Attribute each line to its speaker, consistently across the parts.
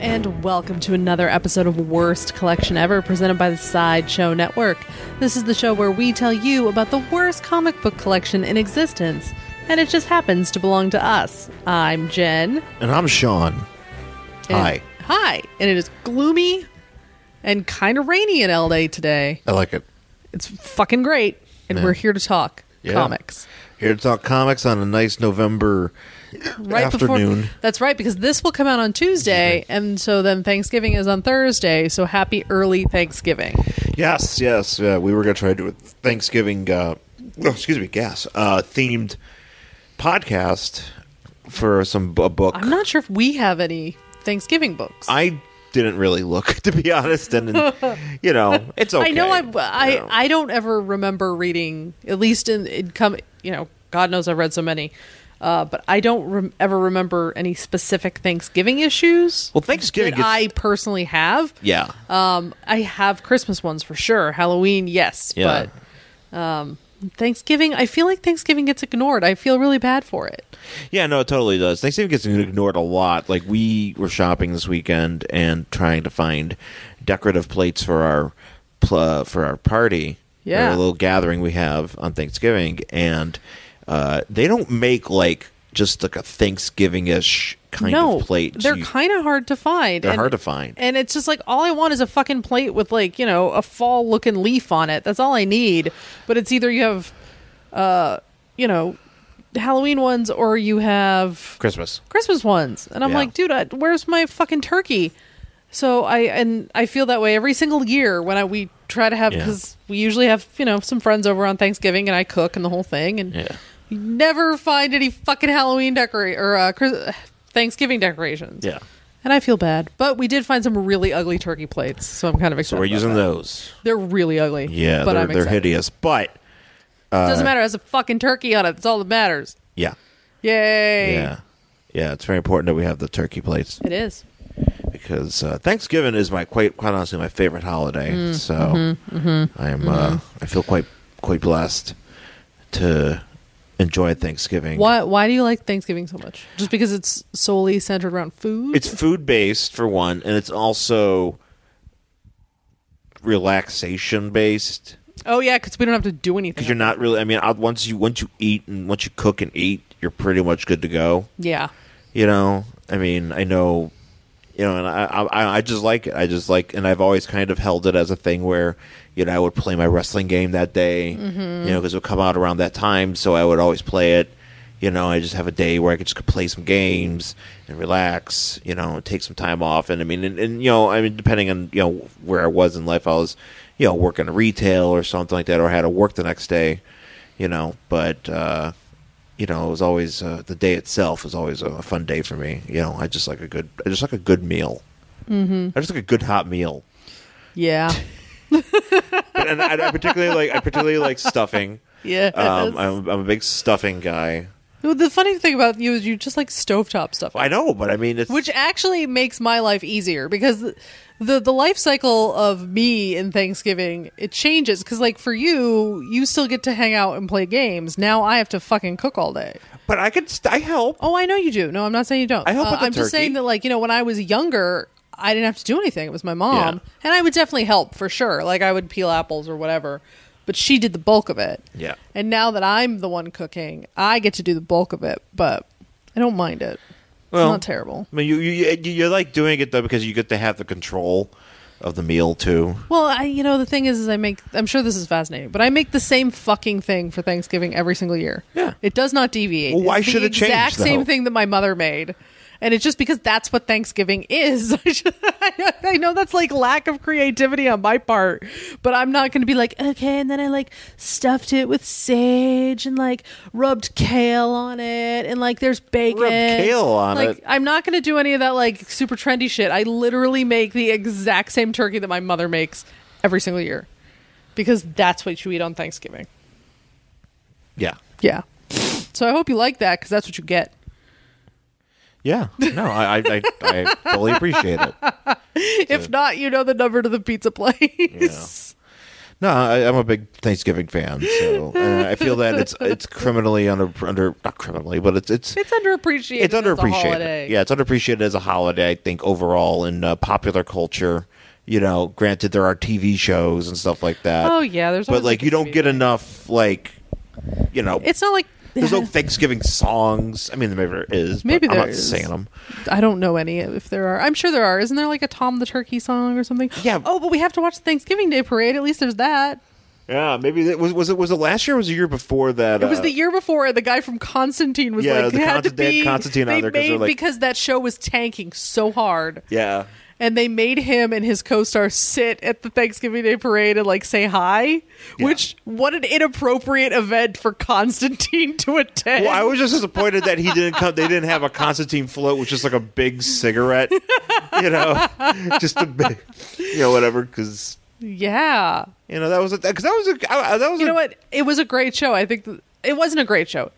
Speaker 1: And welcome to another episode of Worst Collection Ever, presented by the Sideshow Network. This is the show where we tell you about the worst comic book collection in existence, and it just happens to belong to us. I'm Jen.
Speaker 2: And I'm Sean.
Speaker 1: and-
Speaker 2: Hi.
Speaker 1: Hi. And it is gloomy and kind of rainy in LA today.
Speaker 2: I like it.
Speaker 1: It's fucking great, and
Speaker 2: Yeah.
Speaker 1: we're here to talk
Speaker 2: Yeah.
Speaker 1: comics.
Speaker 2: Here to talk comics on a nice November afternoon.
Speaker 1: Before, that's right, because this will come out on Tuesday, and so then Thanksgiving is on Thursday. So happy early Thanksgiving.
Speaker 2: Yes, yes. Yeah, we were going to try to do a Thanksgiving, uh, oh, excuse me, gas, uh, themed podcast for some b- a book.
Speaker 1: I'm not sure if we have any Thanksgiving books.
Speaker 2: I didn't really look, to be honest. And, you know, it's okay.
Speaker 1: I know I
Speaker 2: you
Speaker 1: I,
Speaker 2: know.
Speaker 1: I don't ever remember reading at least in, in come you know God knows I've read so many, uh, but I don't rem- ever remember any specific Thanksgiving issues
Speaker 2: well, Thanksgiving
Speaker 1: that
Speaker 2: gets-
Speaker 1: I personally have.
Speaker 2: Yeah.
Speaker 1: Um, I have Christmas ones for sure. Halloween, yes,
Speaker 2: Yeah.
Speaker 1: but um, Thanksgiving, I feel like Thanksgiving gets ignored. I feel really bad for it.
Speaker 2: Yeah, no, it totally does. Thanksgiving gets ignored a lot. Like we were shopping this weekend and trying to find decorative plates for our pl- uh, for our party,
Speaker 1: Yeah.
Speaker 2: our little gathering we have on Thanksgiving, and uh, they don't make like just like a Thanksgiving ish kind
Speaker 1: no,
Speaker 2: of plate.
Speaker 1: they're
Speaker 2: You-
Speaker 1: kind of hard to find.
Speaker 2: They're
Speaker 1: and-
Speaker 2: hard to find.
Speaker 1: And it's just like all I want is a fucking plate with like you know a fall looking leaf on it. That's all I need. But it's either you have, uh, you know, Halloween ones or you have
Speaker 2: Christmas.
Speaker 1: Christmas ones. And I'm
Speaker 2: Yeah.
Speaker 1: like, dude, I, where's my fucking turkey? So I and I feel that way every single year when I we try to have
Speaker 2: Yeah.
Speaker 1: because we usually have you know some friends over on Thanksgiving and I cook and the whole thing and
Speaker 2: Yeah.
Speaker 1: you never find any fucking Halloween decorate or uh, Chris- Thanksgiving decorations.
Speaker 2: Yeah.
Speaker 1: And I feel bad, but we did find some really ugly turkey plates, so I'm kind of excited.
Speaker 2: So we're
Speaker 1: about
Speaker 2: using
Speaker 1: that.
Speaker 2: those.
Speaker 1: They're really ugly.
Speaker 2: Yeah,
Speaker 1: uh, but
Speaker 2: they're, uh,
Speaker 1: I'm
Speaker 2: they're
Speaker 1: excited.
Speaker 2: hideous, but
Speaker 1: Doesn't matter. It has a fucking turkey on it. That's all that matters.
Speaker 2: yeah,
Speaker 1: Yay!
Speaker 2: yeah, yeah. It's very important that we have the turkey plates.
Speaker 1: It is.
Speaker 2: because uh, Thanksgiving is my quite quite honestly my favorite holiday. so I am uh, I feel quite quite blessed to enjoy Thanksgiving.
Speaker 1: Why? Why do you like Thanksgiving so much? Just because it's solely centered around food?
Speaker 2: It's food based for one, and it's also relaxation based
Speaker 1: oh yeah, because we don't have to do anything.
Speaker 2: because you're not really. I mean, uh, once you once you eat and once you cook and eat, you're pretty much good to go.
Speaker 1: yeah.
Speaker 2: you know i mean i know you know and I, I i just like it i just like and i've always kind of held it as a thing where you know i would play my wrestling game that day you know because it would come out around that time so i would always play it you know i just have a day where i could just play some games and relax you know and take some time off and i mean and, and you know i mean depending on you know where i was in life i was you know working retail or something like that or I had to work the next day you know but uh you know, it was always uh, the day itself was always a, a fun day for me. You know, I just like a good, I just like a good meal. Mm-hmm. I just like a good hot meal, Um,
Speaker 1: Yeah.
Speaker 2: But- and I, I particularly like, I particularly like stuffing.
Speaker 1: Yeah.
Speaker 2: Um, I'm, I'm a big stuffing guy.
Speaker 1: the funny thing about you is you just like stovetop stuff.
Speaker 2: I know, but I mean, it's
Speaker 1: which actually makes my life easier because the the life cycle of me in Thanksgiving it changes because like for you you still get to hang out and play games now I have to fucking cook all day
Speaker 2: but I could, st- I help.
Speaker 1: oh I know you do no I'm not saying you don't Uh,
Speaker 2: I help with the
Speaker 1: I'm just
Speaker 2: turkey.
Speaker 1: saying that like you know when I was younger I didn't have to do anything it was my mom
Speaker 2: Yeah.
Speaker 1: and I would definitely help for sure like I would peel apples or whatever but she did the bulk of it
Speaker 2: Yeah.
Speaker 1: and now that I'm the one cooking I get to do the bulk of it but I don't mind it
Speaker 2: Well,
Speaker 1: it's not terrible
Speaker 2: I mean, you, you, you, you like doing it though because you get to have the control of the meal too.
Speaker 1: Well, I you know the thing is, is I make I'm sure this is fascinating, but I make the same fucking thing for Thanksgiving every single year.
Speaker 2: Yeah.
Speaker 1: it does not deviate.
Speaker 2: Well, why
Speaker 1: It's the
Speaker 2: should it change,
Speaker 1: Exact same
Speaker 2: though?
Speaker 1: thing that my mother made, and it's just because that's what Thanksgiving is. I should- I know that's like lack of creativity on my part, but I'm not going to be like okay, and then I like stuffed it with sage and like rubbed kale on it, and like there's bacon,
Speaker 2: kale on
Speaker 1: Like,
Speaker 2: it.
Speaker 1: I'm not going to do any of that like super trendy shit. I literally make the exact same turkey that my mother makes every single year because that's what you eat on Thanksgiving.
Speaker 2: Yeah,
Speaker 1: Yeah. So I hope you like that because that's what you get.
Speaker 2: yeah. No, I, I, I, I fully appreciate it.
Speaker 1: if not, you know the number to the pizza place.
Speaker 2: No, I, I'm a big Thanksgiving fan, so uh, I feel that it's it's criminally under under not criminally, but it's it's
Speaker 1: It's underappreciated.
Speaker 2: it's
Speaker 1: As a
Speaker 2: underappreciated.
Speaker 1: holiday.
Speaker 2: Yeah, it's underappreciated as a holiday. I think overall in uh, popular culture, you know, granted there are TV shows and stuff like that.
Speaker 1: Oh yeah. There's.
Speaker 2: but
Speaker 1: always,
Speaker 2: like
Speaker 1: a
Speaker 2: you don't
Speaker 1: TV
Speaker 2: get
Speaker 1: day.
Speaker 2: enough like you know
Speaker 1: It's not like
Speaker 2: there's no Thanksgiving songs. I mean, maybe there is. But
Speaker 1: Maybe
Speaker 2: I'm
Speaker 1: there
Speaker 2: not
Speaker 1: is.
Speaker 2: singing them.
Speaker 1: I don't know any if there are. I'm sure there are. Isn't there like a Tom the Turkey song or something?
Speaker 2: Yeah.
Speaker 1: Oh, but we have to watch the Thanksgiving Day parade. At least there's that.
Speaker 2: Yeah, maybe it was was it was it last year? or Was it the year before that? uh,
Speaker 1: It was the year before, and the guy from Constantine was
Speaker 2: Yeah,
Speaker 1: like,
Speaker 2: the
Speaker 1: they had to
Speaker 2: Constant- they had
Speaker 1: be
Speaker 2: Constantine on
Speaker 1: they
Speaker 2: there 'cause they're
Speaker 1: made
Speaker 2: like-
Speaker 1: because that show was tanking so hard,
Speaker 2: yeah.
Speaker 1: and they made him and his co-star sit at the Thanksgiving Day parade and like say hi.
Speaker 2: Yeah.
Speaker 1: Which what an inappropriate event for Constantine to attend.
Speaker 2: Well, I was just disappointed that he didn't come. They didn't have a Constantine float, which is like a big cigarette, you know, just a big, you know, whatever. Because
Speaker 1: yeah.
Speaker 2: you know that was because that was a I, I- that was
Speaker 1: You
Speaker 2: a,
Speaker 1: know what? It was a great show. I think th- it wasn't a great show.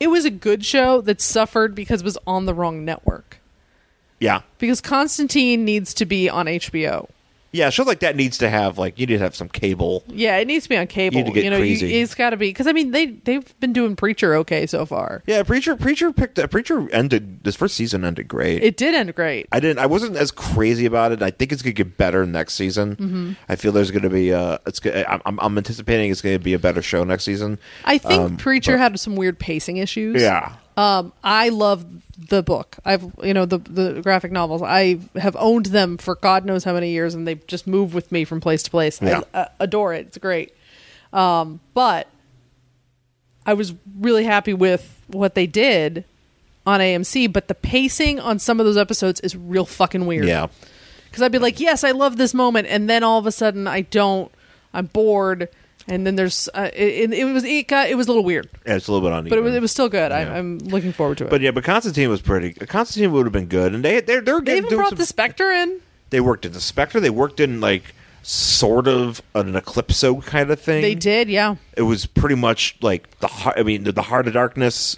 Speaker 1: It was a good show that suffered because it was on the wrong network.
Speaker 2: yeah
Speaker 1: Because Constantine needs to be on HBO.
Speaker 2: yeah shows like that needs to have like you need to have some cable.
Speaker 1: Yeah, it needs to be on cable.
Speaker 2: You need to get
Speaker 1: know,
Speaker 2: crazy.
Speaker 1: it's got to be because I mean they they've been doing Preacher okay so far.
Speaker 2: Yeah, preacher preacher picked up preacher ended this first season ended great.
Speaker 1: It did end great.
Speaker 2: I didn't. I wasn't as crazy about it. I think it's gonna get better next season.
Speaker 1: Mm-hmm.
Speaker 2: I feel there's gonna be. Uh, it's. go- I'm, I'm- I'm anticipating it's gonna be a better show next season.
Speaker 1: I think
Speaker 2: Um,
Speaker 1: Preacher had some weird pacing issues.
Speaker 2: Yeah.
Speaker 1: Um, I love the book. I've you know the the graphic novels. I have owned them for God knows how many years, and they just move with me from place to place.
Speaker 2: Yeah.
Speaker 1: I uh, adore it. It's great. Um, but I was really happy with what they did on AMC. But the pacing on some of those episodes is real fucking weird.
Speaker 2: Yeah.
Speaker 1: because I'd be like, yes, I love this moment, and then all of a sudden I don't. I'm bored, and then there's uh, it, it was it got it was a little weird,
Speaker 2: Yeah, it's a little bit uneven.
Speaker 1: but it was it was still good.
Speaker 2: Yeah.
Speaker 1: I, I'm looking forward to it.
Speaker 2: But yeah, but Constantine was pretty. Constantine would have been good, and they they're they're
Speaker 1: They
Speaker 2: getting
Speaker 1: even
Speaker 2: doing
Speaker 1: brought
Speaker 2: some.
Speaker 1: the Spectre in.
Speaker 2: they worked in the Spectre. They worked in like sort of an Eclipso kind of thing.
Speaker 1: They did, yeah.
Speaker 2: It was pretty much like the heart. I mean, the, the heart of darkness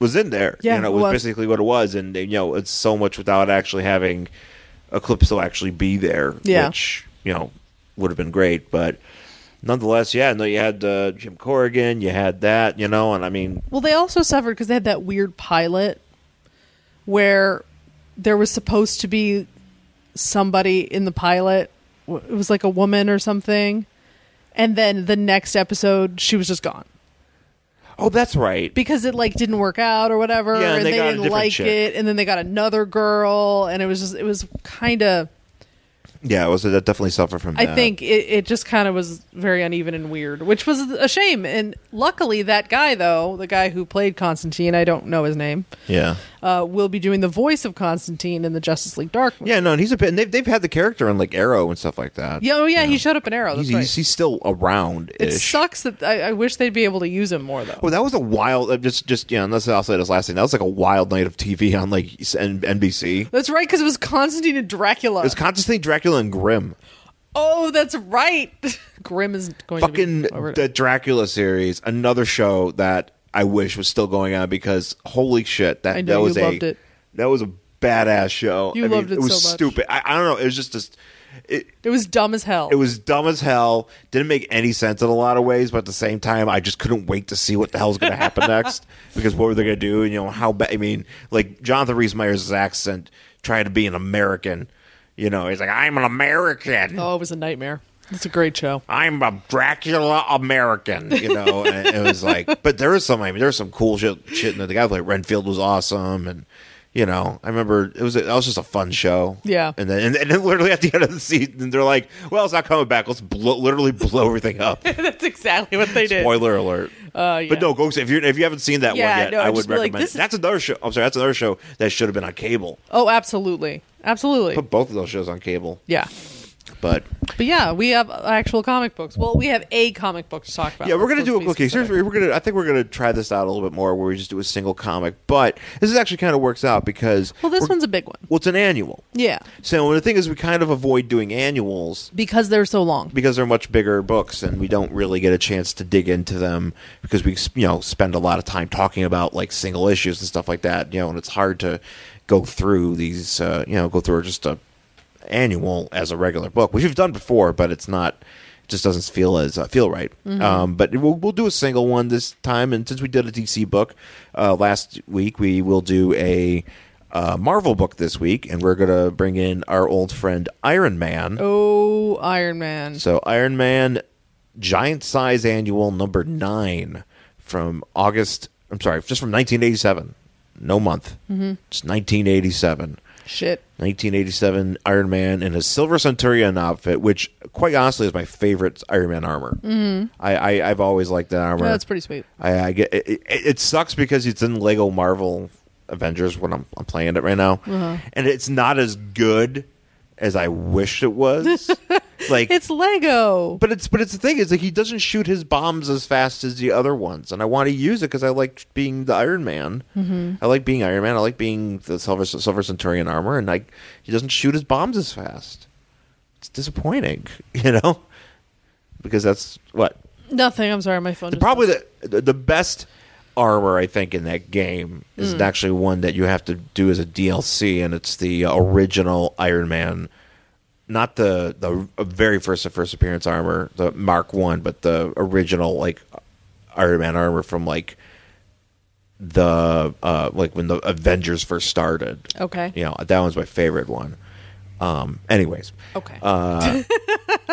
Speaker 2: was in there.
Speaker 1: Yeah,
Speaker 2: you know,
Speaker 1: it
Speaker 2: it was,
Speaker 1: was.
Speaker 2: basically what it was, and you know, it's so much without actually having Eclipso actually be there.
Speaker 1: Yeah.
Speaker 2: which you know would have been great, but. Nonetheless, yeah, no, you had uh, Jim Corrigan, you had that, you know, and I mean,
Speaker 1: Well, they also suffered because they had that weird pilot where there was supposed to be somebody in the pilot. W- It was like a woman or something, and then the next episode she was just gone
Speaker 2: oh, that's right.
Speaker 1: because it like didn't work out or whatever,
Speaker 2: Yeah, and they got a
Speaker 1: didn't
Speaker 2: different
Speaker 1: like
Speaker 2: chick.
Speaker 1: it, and then they got another girl, and it was just it was kind of.
Speaker 2: Yeah, it was that definitely suffered from.
Speaker 1: I
Speaker 2: that.
Speaker 1: think it, it just kind of was very uneven and weird, which was a shame. And luckily, that guy though, the guy who played Constantine, I don't know his name,
Speaker 2: Yeah.
Speaker 1: uh, will be doing the voice of Constantine in the Justice League Dark. movie.
Speaker 2: Yeah, no, and he's a bit. And they've they've had the character in like Arrow and stuff like that.
Speaker 1: yeah, oh yeah, he showed up in Arrow. That's
Speaker 2: he's,
Speaker 1: right.
Speaker 2: he's, he's still around.
Speaker 1: it sucks that I, I wish they'd be able to use him more though.
Speaker 2: Well, that was a wild. uh, Just just yeah. And that's I'll say this last thing. That was like a wild night of TV on like S- N- NBC. It
Speaker 1: That's right, because it was Constantine and Dracula.
Speaker 2: was constantly Dracula and Grimm.
Speaker 1: oh, that's right. Grimm is going
Speaker 2: Fucking
Speaker 1: to be over-
Speaker 2: the Dracula series, another show that I wish was still going on because holy shit, that
Speaker 1: I know,
Speaker 2: that was
Speaker 1: you
Speaker 2: a
Speaker 1: loved it.
Speaker 2: that was a badass show.
Speaker 1: You
Speaker 2: I mean,
Speaker 1: loved it
Speaker 2: was
Speaker 1: so much.
Speaker 2: stupid. I, I don't know. It was just this. It,
Speaker 1: It was dumb as hell.
Speaker 2: It was dumb as hell. Didn't make any sense in a lot of ways, but at the same time, I just couldn't wait to see what the hell's going to happen next. Because what were they going to do? And you know how bad? I mean, like Jonathan Rhys Meyers' accent, trying to be an American. You know, he's like, "I'm an American.
Speaker 1: oh, it was a nightmare. It's a great show.
Speaker 2: I'm a Dracula American." You know, and it was like, but there was some. I mean, there was some cool shit. Shit, and the guy who played Renfield was awesome, and. You know, I remember it was that was just a fun show.
Speaker 1: Yeah.
Speaker 2: and then and, then literally at the end of the season, they're like, "Well, it's not coming back. Let's blow, literally blow everything up."
Speaker 1: that's exactly what they did.
Speaker 2: Spoiler alert.
Speaker 1: Uh, yeah.
Speaker 2: But no, go if you if you haven't seen that
Speaker 1: Yeah,
Speaker 2: one yet,
Speaker 1: no,
Speaker 2: I
Speaker 1: I'd
Speaker 2: would
Speaker 1: just be like,
Speaker 2: recommend.
Speaker 1: this is-
Speaker 2: That's another show. I'm sorry, that's another show that should have been on cable.
Speaker 1: Oh, absolutely, absolutely.
Speaker 2: Put both of those shows on cable.
Speaker 1: yeah.
Speaker 2: But
Speaker 1: But yeah, we have actual comic books. Well, we have a comic book to talk about.
Speaker 2: yeah, we're gonna
Speaker 1: Let's
Speaker 2: do a
Speaker 1: be
Speaker 2: quick
Speaker 1: specific.
Speaker 2: Here's we're gonna. I think we're gonna try this out a little bit more, where we just do a single comic. But this is actually kind of works out because
Speaker 1: Well, this
Speaker 2: we're-
Speaker 1: one's a big one.
Speaker 2: well, it's an annual.
Speaker 1: Yeah,
Speaker 2: So the thing is, we kind of avoid doing annuals
Speaker 1: because they're so long.
Speaker 2: because they're much bigger books and we don't really get a chance to dig into them because we you know spend a lot of time talking about like single issues and stuff like that you know and it's hard to go through these uh, you know go through just a annual as a regular book which we've done before but it's not it just doesn't feel as uh, feel right. Um, but we'll, we'll do a single one this time, and since we did a DC book uh, last week, we will do a uh, Marvel book this week, and we're gonna bring in our old friend Iron Man.
Speaker 1: Oh, Iron Man.
Speaker 2: So Iron Man Giant Size Annual number 9 from August, I'm sorry, just from 1987. No month. Mm-hmm. It's 1987.
Speaker 1: Shit.
Speaker 2: 1987 Iron Man in his Silver Centurion outfit, which quite honestly is my favorite Iron Man armor. Mm-hmm. I, I I've always liked that armor.
Speaker 1: Yeah, that's pretty sweet.
Speaker 2: I, I get it, it. It sucks because it's in Lego Marvel Avengers when I'm, I'm playing it right now, and it's not as good as I wish it was. like
Speaker 1: It's Lego.
Speaker 2: but it's but it's the thing is like he doesn't shoot his bombs as fast as the other ones, and I want to use it because I like being the Iron Man. I like being Iron Man. I like being the Silver Silver Centurion armor, and like he doesn't shoot his bombs as fast. It's disappointing, you know, because that's what
Speaker 1: Nothing. I'm sorry, my phone.
Speaker 2: the
Speaker 1: just-
Speaker 2: probably the the best armor I think in that game is
Speaker 1: Hmm.
Speaker 2: actually one that you have to do as a DLC, and it's the original Iron Man, not the the very first of first appearance armor, the Mark One, but the original like Iron Man armor from like the uh like when the Avengers first started.
Speaker 1: Okay.
Speaker 2: You know, that one's my favorite one. Um anyways.
Speaker 1: Okay.
Speaker 2: Uh,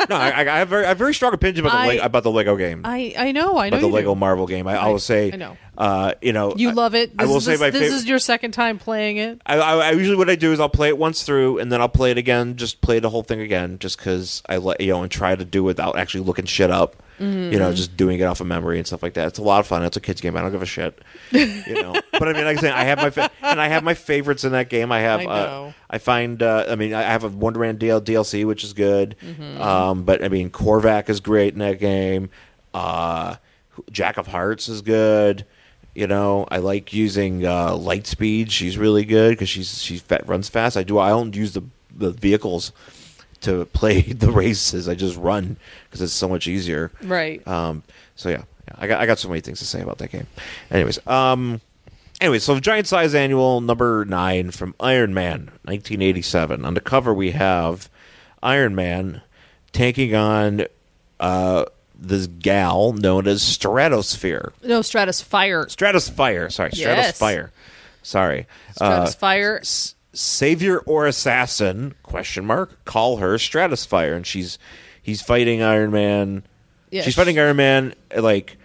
Speaker 2: No, I, I I have very I have very strong opinion about the
Speaker 1: I-
Speaker 2: Leg about the Lego game
Speaker 1: I I know. I know.
Speaker 2: about the
Speaker 1: you do.
Speaker 2: Lego Marvel game. I, always say,
Speaker 1: I know.
Speaker 2: uh, you know,
Speaker 1: You
Speaker 2: I-
Speaker 1: love it. This
Speaker 2: I will
Speaker 1: is,
Speaker 2: say
Speaker 1: this,
Speaker 2: my
Speaker 1: this
Speaker 2: favorite.
Speaker 1: is your second time playing it.
Speaker 2: I, I, I usually what I do is I'll play it once through and then I'll play it again, just play the whole thing again, just because I let you know and try to do without actually looking shit up. You
Speaker 1: Mm-hmm.
Speaker 2: know, just doing it off of memory and stuff like that. It's a lot of fun. It's a kids game. I don't give a shit. You know, but I mean, like I say, I have my fa- and I have my favorites in that game. I have.
Speaker 1: I
Speaker 2: uh,
Speaker 1: know.
Speaker 2: I find. Uh, I mean, I have a Wonderland DL- DLC, which is good. Um, but I mean, Korvac is great in that game. Uh, Jack of Hearts is good. You know, I like using uh, Lightspeed. She's really good because she's she fa- runs fast. I do. I don't use the the vehicles to play the races. I just run because it's so much easier.
Speaker 1: Right.
Speaker 2: Um, so yeah, yeah, I got I got so many things to say about that game. Anyways, um, anyway, so Giant Size Annual number nine from Iron Man, 1987. On the cover, we have Iron Man tanking on uh, this gal known as Stratosphere,
Speaker 1: no, Stratus Fire.
Speaker 2: Uh, Stratosphere. Sorry,
Speaker 1: Yes.
Speaker 2: Stratosphere. Sorry, Uh,
Speaker 1: Stratus Fire.
Speaker 2: s- savior or assassin question mark call her stratosphere and she's he's fighting iron man
Speaker 1: Yeah,
Speaker 2: she's fighting
Speaker 1: she-
Speaker 2: iron man like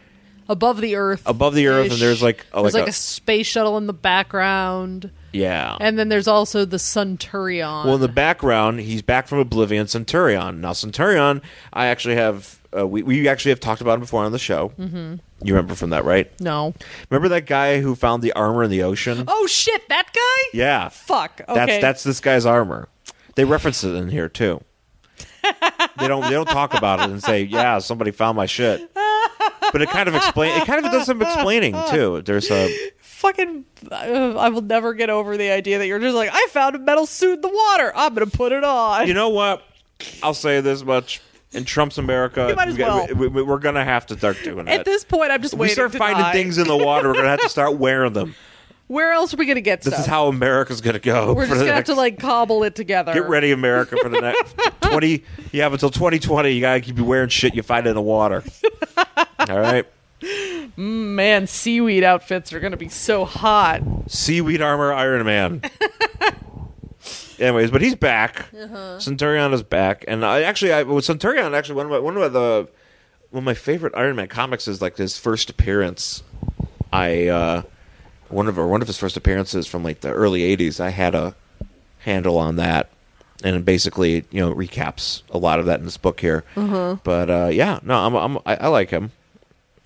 Speaker 1: above the earth.
Speaker 2: above the earth and there's like a,
Speaker 1: there's
Speaker 2: like
Speaker 1: like
Speaker 2: a-
Speaker 1: a space shuttle in the background,
Speaker 2: yeah
Speaker 1: and then there's also the Centurion.
Speaker 2: well in the background he's back from oblivion centurion now centurion i actually have uh, we, we actually have talked about him before on the show mm-hmm. you remember from that right
Speaker 1: no.
Speaker 2: remember that guy who found the armor in the ocean
Speaker 1: Oh shit! That guy.
Speaker 2: yeah
Speaker 1: Fuck. Okay.
Speaker 2: That's that's this guy's armor. They reference it in here too. they don't they don't talk about it and say, "Yeah, somebody found my shit." But it kind of explain it kind of does some explaining too. There's a
Speaker 1: fucking. Uh, I will never get over the idea that you're just like I found a metal suit in the water. I'm gonna put it on.
Speaker 2: You know what? I'll say this much in Trump's America,
Speaker 1: You might as
Speaker 2: we-
Speaker 1: well.
Speaker 2: we, are going to have to start doing
Speaker 1: At
Speaker 2: that.
Speaker 1: this point, I'm just
Speaker 2: we
Speaker 1: waiting.
Speaker 2: start
Speaker 1: to
Speaker 2: finding
Speaker 1: die.
Speaker 2: things in the water, we're going to have to start wearing them.
Speaker 1: Where else are we gonna get
Speaker 2: This
Speaker 1: stuff?
Speaker 2: is how America's going to go.
Speaker 1: We're just
Speaker 2: for the
Speaker 1: gonna have
Speaker 2: next-
Speaker 1: to like cobble it together.
Speaker 2: Get ready, America, for the next twenty. You have until twenty twenty. You gotta keep wearing shit you find in the water. All right,
Speaker 1: Mm, Man, seaweed outfits are gonna be so hot.
Speaker 2: seaweed armor, Iron Man. Anyways, but he's back.
Speaker 1: Uh-huh.
Speaker 2: Centurion is back, and I actually, I with Centurion actually one of my one of the one of my favorite Iron Man comics is like his first appearance. I uh one of or one of his first appearances from like the early '80s. I had a handle on that, and it basically you know recaps a lot of that in this book here.
Speaker 1: Uh-huh.
Speaker 2: But uh yeah, no, I'm, I'm I, I like him.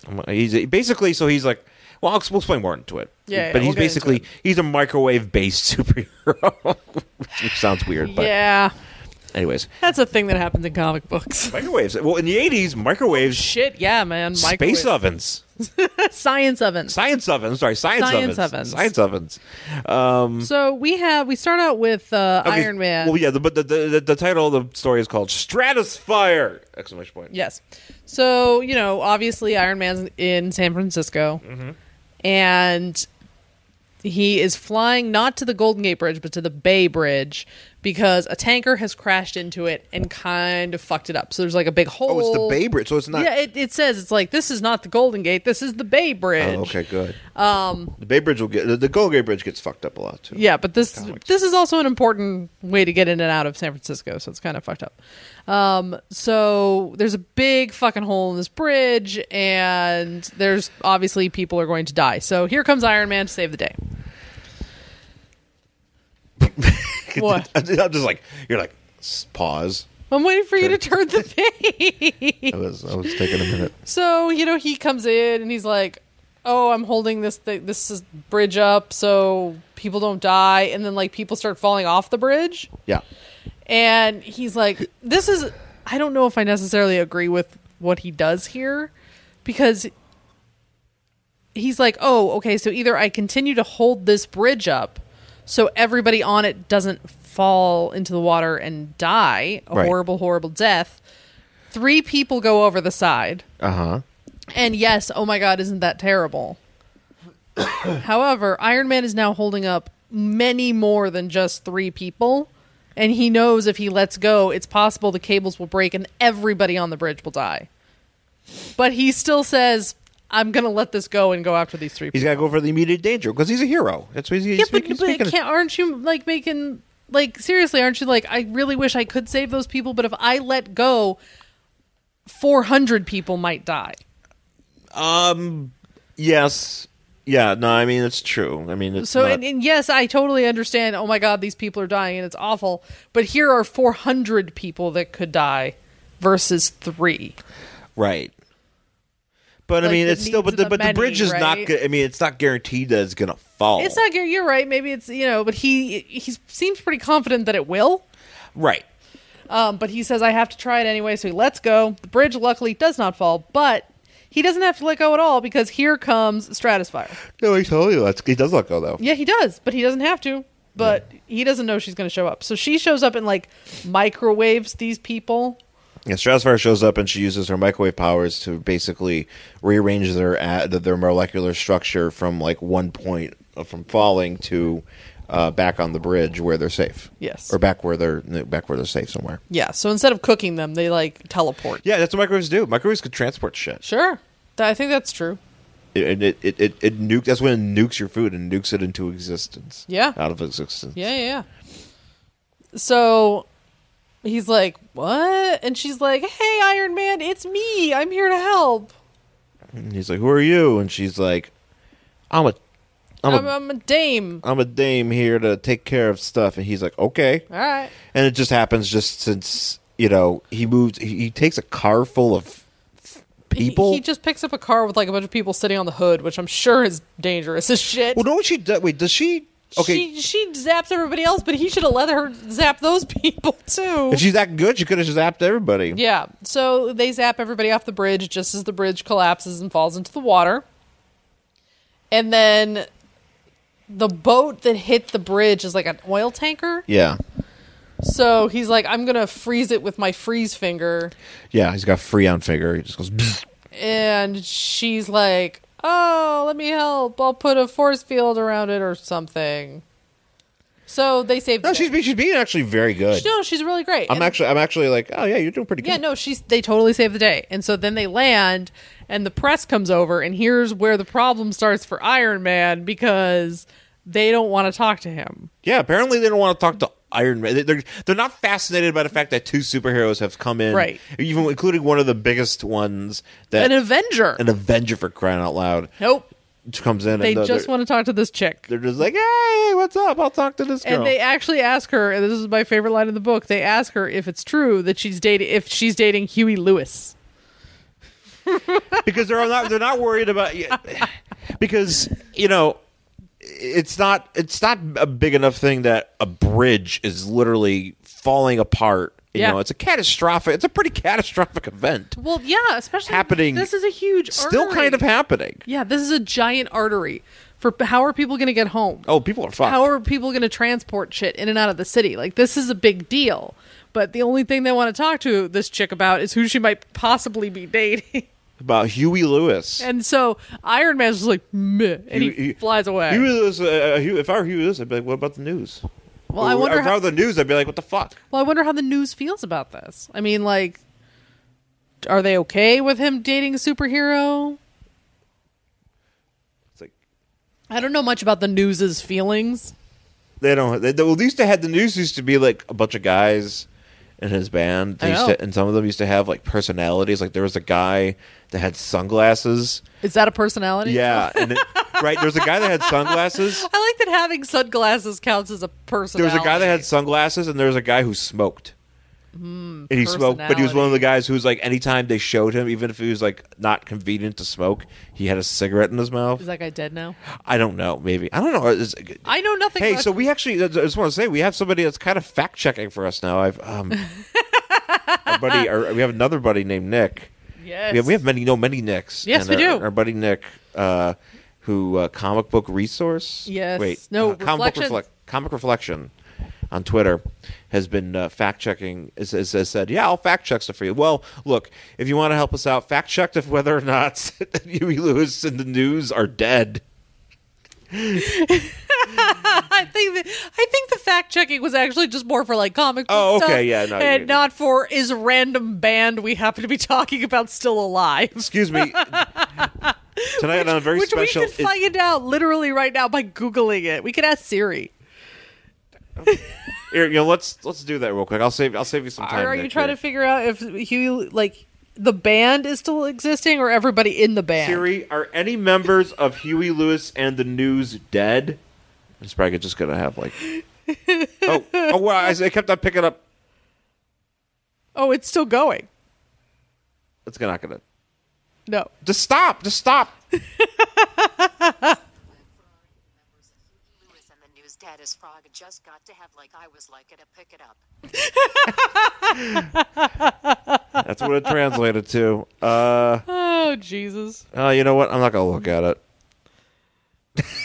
Speaker 2: I'm- He's basically so he's like. Well, I'll, we'll explain more into it.
Speaker 1: Yeah, yeah,
Speaker 2: but
Speaker 1: we'll
Speaker 2: he's
Speaker 1: get into
Speaker 2: basically he's a microwave based superhero, which sounds weird. But
Speaker 1: yeah,
Speaker 2: anyways,
Speaker 1: that's a thing that happens in comic books.
Speaker 2: microwaves. Well, in the '80s, microwaves,
Speaker 1: Shit, yeah, man.
Speaker 2: space ovens,
Speaker 1: science oven.
Speaker 2: science ovens. Sorry, science,
Speaker 1: Science
Speaker 2: ovens.
Speaker 1: ovens.
Speaker 2: science ovens.
Speaker 1: So we have we start out with uh,
Speaker 2: Okay,
Speaker 1: Iron Man.
Speaker 2: Well, yeah, the, but the, the the title of the story is called Stratosphere! Exclamation point.
Speaker 1: Yes. So, you know, obviously Iron Man's in San Francisco. And he is flying not to the Golden Gate Bridge, but to the Bay Bridge, because a tanker has crashed into it and kind of fucked it up. So there's like a big hole.
Speaker 2: Oh, it's the Bay Bridge, so it's not.
Speaker 1: Yeah, it, it says it's like this is not the Golden Gate. This is the Bay Bridge.
Speaker 2: Oh, okay, good. Um, the Bay Bridge will get the, the Golden Gate Bridge gets fucked up a lot too.
Speaker 1: Yeah, but this this is also an important way to get in and out of San Francisco, so it's kind of fucked up. Um, so there's a big fucking hole in this bridge, and there's obviously people are going to die. So here comes Iron Man to save the day. What?
Speaker 2: I'm just like you're like s- pause.
Speaker 1: I'm waiting for you to turn the page.
Speaker 2: I was I was taking a minute.
Speaker 1: So you know he comes in and he's like, "Oh, I'm holding this thi- this is bridge up so people don't die," and then like people start falling off the bridge.
Speaker 2: Yeah.
Speaker 1: and he's like this is i don't know if i necessarily agree with what he does here because he's like oh okay so either i continue to hold this bridge up so everybody on it doesn't fall into the water and die a
Speaker 2: Right.
Speaker 1: horrible horrible death three people go over the side
Speaker 2: Uh huh.
Speaker 1: and yes, oh my God, isn't that terrible? However, Iron Man is now holding up many more than just three people. And he knows if he lets go, it's possible the cables will break and everybody on the bridge will die. But he still says, I'm going to let this go and go after these three
Speaker 2: He's
Speaker 1: people.
Speaker 2: got to go for the immediate danger because he's a hero. That's what he's, he's
Speaker 1: yeah, but,
Speaker 2: speaking.
Speaker 1: but
Speaker 2: speaking-
Speaker 1: can't, aren't you like making, like, seriously, aren't you like, I really wish I could save those people, but if I let go, 400 people might die.
Speaker 2: Yes. Yeah. No. I mean, it's true. I mean, it's
Speaker 1: So,
Speaker 2: not-
Speaker 1: and, and yes, I totally understand. Oh my God, these people are dying and it's awful. But here are 400 people that could die versus three.
Speaker 2: right. But I
Speaker 1: Like,
Speaker 2: mean,
Speaker 1: the
Speaker 2: it's still.
Speaker 1: needs
Speaker 2: But
Speaker 1: of
Speaker 2: the,
Speaker 1: the
Speaker 2: but
Speaker 1: many,
Speaker 2: the bridge is not.
Speaker 1: right?
Speaker 2: go- I mean, it's not guaranteed that it's gonna fall.
Speaker 1: It's not, you're right. Maybe it's, you know, but he, he seems pretty confident that it will.
Speaker 2: right.
Speaker 1: Um, but he says, I have to try it anyway. So he lets go. The bridge luckily does not fall, but he doesn't have to let go at all because here comes Stratusfire.
Speaker 2: No, he totally lets. He does let go though.
Speaker 1: Yeah, he does, but he doesn't have to. But he doesn't know she's going to show up. So she shows up and like microwaves these people.
Speaker 2: Yeah, Stratusfire shows up and she uses her microwave powers to basically rearrange their a- their molecular structure from like one point of- from falling to uh, back on the bridge where they're safe.
Speaker 1: Yes.
Speaker 2: or back where they're no, back where they're safe somewhere.
Speaker 1: Yeah. So instead of cooking them, they like teleport.
Speaker 2: Yeah, that's what microwaves do. Microwaves could transport shit.
Speaker 1: Sure. Th- I think that's true.
Speaker 2: It it it, it, it nuke. That's when it nukes your food and nukes it into existence.
Speaker 1: Yeah.
Speaker 2: out of existence.
Speaker 1: Yeah, yeah, yeah. So he's like, "What?" And she's like, "Hey, Iron Man, it's me. I'm here to help.
Speaker 2: And he's like, "Who are you?" And she's like, "I'm a, I'm,
Speaker 1: I'm,
Speaker 2: a,
Speaker 1: I'm a dame."
Speaker 2: I'm a dame here to take care of stuff." And he's like, "Okay."
Speaker 1: All right.
Speaker 2: and it just happens just since you know he moved he, he takes a car full of
Speaker 1: He-
Speaker 2: people
Speaker 1: He, just picks up a car with like a bunch of people sitting on the hood, which I'm sure is dangerous as shit.
Speaker 2: well no she does wait does she okay
Speaker 1: She she zaps everybody else, but he should have let her zap those people too.
Speaker 2: if she's that good she could have just zapped everybody
Speaker 1: Yeah. So they zap everybody off the bridge just as the bridge collapses and falls into the water. And then the boat that hit the bridge is like an oil tanker.
Speaker 2: yeah
Speaker 1: So he's like, I'm going to freeze it with my freeze finger.
Speaker 2: yeah he's got a freon figure he just goes "Bzz."
Speaker 1: And she's like, Oh, let me help. I'll put a force field around it or something. So they save.
Speaker 2: no she's be- she's being actually very good
Speaker 1: no, she's really great.
Speaker 2: i'm
Speaker 1: And-
Speaker 2: actually i'm actually like oh yeah you're doing pretty good
Speaker 1: Yeah, no, she's they totally save the day. And so then they land and the press comes over and here's where the problem starts for Iron Man because they don't want to talk to him.
Speaker 2: yeah apparently they don't want to talk to iron man They- they're they're not fascinated by the fact that two superheroes have come in
Speaker 1: Right.
Speaker 2: even including one of the biggest ones that
Speaker 1: An Avenger.
Speaker 2: an avenger for crying out loud
Speaker 1: nope.
Speaker 2: comes in
Speaker 1: They
Speaker 2: and uh,
Speaker 1: just
Speaker 2: they're-
Speaker 1: want to talk to this chick.
Speaker 2: They're just like, hey, what's up? I'll talk to this girl.
Speaker 1: And they actually ask her, and this is my favorite line in the book, they ask her if it's true that she's dating if she's dating Huey Lewis.
Speaker 2: because they're not they're not worried about because you know it's not it's not a big enough thing that a bridge is literally falling apart. You
Speaker 1: Yeah.
Speaker 2: know, it's a catastrophic. It's a pretty catastrophic event.
Speaker 1: Well, yeah, especially
Speaker 2: Happening-
Speaker 1: This is a huge
Speaker 2: Still
Speaker 1: artery.
Speaker 2: kind of happening.
Speaker 1: Yeah, this is a giant artery. For how are people going to get home?
Speaker 2: Oh, people are fucked.
Speaker 1: how are people going to transport shit in and out of the city? Like this is a big deal. But the only thing they want to talk to this chick about is who she might possibly be dating.
Speaker 2: about Huey Lewis.
Speaker 1: and so Iron Man's just like, Meh, and he,
Speaker 2: Huey- uh,
Speaker 1: flies away.
Speaker 2: Huey Lewis. Uh, Huey, if I were Huey Lewis, I'd be like, what about the news?
Speaker 1: Well, I wonder
Speaker 2: If I
Speaker 1: how-
Speaker 2: were the news, I'd be like, "What the fuck?"
Speaker 1: Well, I wonder how the news feels about this. I mean, like, are they okay with him dating a superhero?
Speaker 2: It's like
Speaker 1: I don't know much about the news's feelings.
Speaker 2: they don't. They, well, they used to had the news used to be like a bunch of guys in his band,
Speaker 1: I
Speaker 2: they used to,
Speaker 1: know.
Speaker 2: and some of them used to have like personalities. Like there was a guy that had sunglasses.
Speaker 1: Is that a personality?
Speaker 2: Yeah, and it, right. There was a guy that had sunglasses.
Speaker 1: I like that having sunglasses counts as a
Speaker 2: There
Speaker 1: personality.
Speaker 2: was a guy that had sunglasses, and there was a guy who smoked.
Speaker 1: Hmm,
Speaker 2: and he smoked, but he was one of the guys who was like, anytime they showed him, even if he was like not convenient to smoke, he had a cigarette in his mouth.
Speaker 1: Is that guy dead now?
Speaker 2: I don't know, maybe I don't know. Is-
Speaker 1: I know nothing.
Speaker 2: hey,
Speaker 1: about-
Speaker 2: so we actually, I just want to say, we have somebody that's kind of fact checking for us now. I've um, our buddy, our, we have another buddy named Nick.
Speaker 1: yes,
Speaker 2: We have, we have many, no, many Nicks.
Speaker 1: Yes,
Speaker 2: And
Speaker 1: we
Speaker 2: our-
Speaker 1: do.
Speaker 2: Our buddy Nick, uh, who uh, comic book resource.
Speaker 1: Yes.
Speaker 2: Wait.
Speaker 1: No,
Speaker 2: uh, comic book
Speaker 1: Reflections.
Speaker 2: reflect. Comic reflection on Twitter has been uh, fact checking. Has, has, has said, yeah, I'll fact check stuff for you. Well, look, if you want to help us out, fact check if whether or not Huey Lewis and the news are dead.
Speaker 1: I think that, I think the fact checking was actually just more for like comic. book
Speaker 2: Oh, okay,
Speaker 1: stuff
Speaker 2: yeah, no,
Speaker 1: and
Speaker 2: you-
Speaker 1: not for is random band we happen to be talking about still alive.
Speaker 2: Excuse me. Tonight on a very
Speaker 1: which
Speaker 2: special.
Speaker 1: we can find out literally right now by googling it. We could ask Siri.
Speaker 2: Here, you know, let's let's do that real quick. I'll save I'll save you some time.
Speaker 1: Or are you
Speaker 2: Nick,
Speaker 1: trying
Speaker 2: here.
Speaker 1: to figure out if Huey like the band is still existing or everybody in the band?
Speaker 2: Siri, are any members of Huey Lewis and the News dead? It's probably just gonna have like. Oh, oh! Wow! I, I kept on picking up.
Speaker 1: Oh, it's still going.
Speaker 2: It's not gonna.
Speaker 1: No.
Speaker 2: Just stop! Just stop!
Speaker 3: Lewis and the news dad is frog just got to have like I was like it to pick it up.
Speaker 2: That's what it translated to. Uh,
Speaker 1: Oh Jesus.
Speaker 2: oh, you know what? I'm not gonna look at it.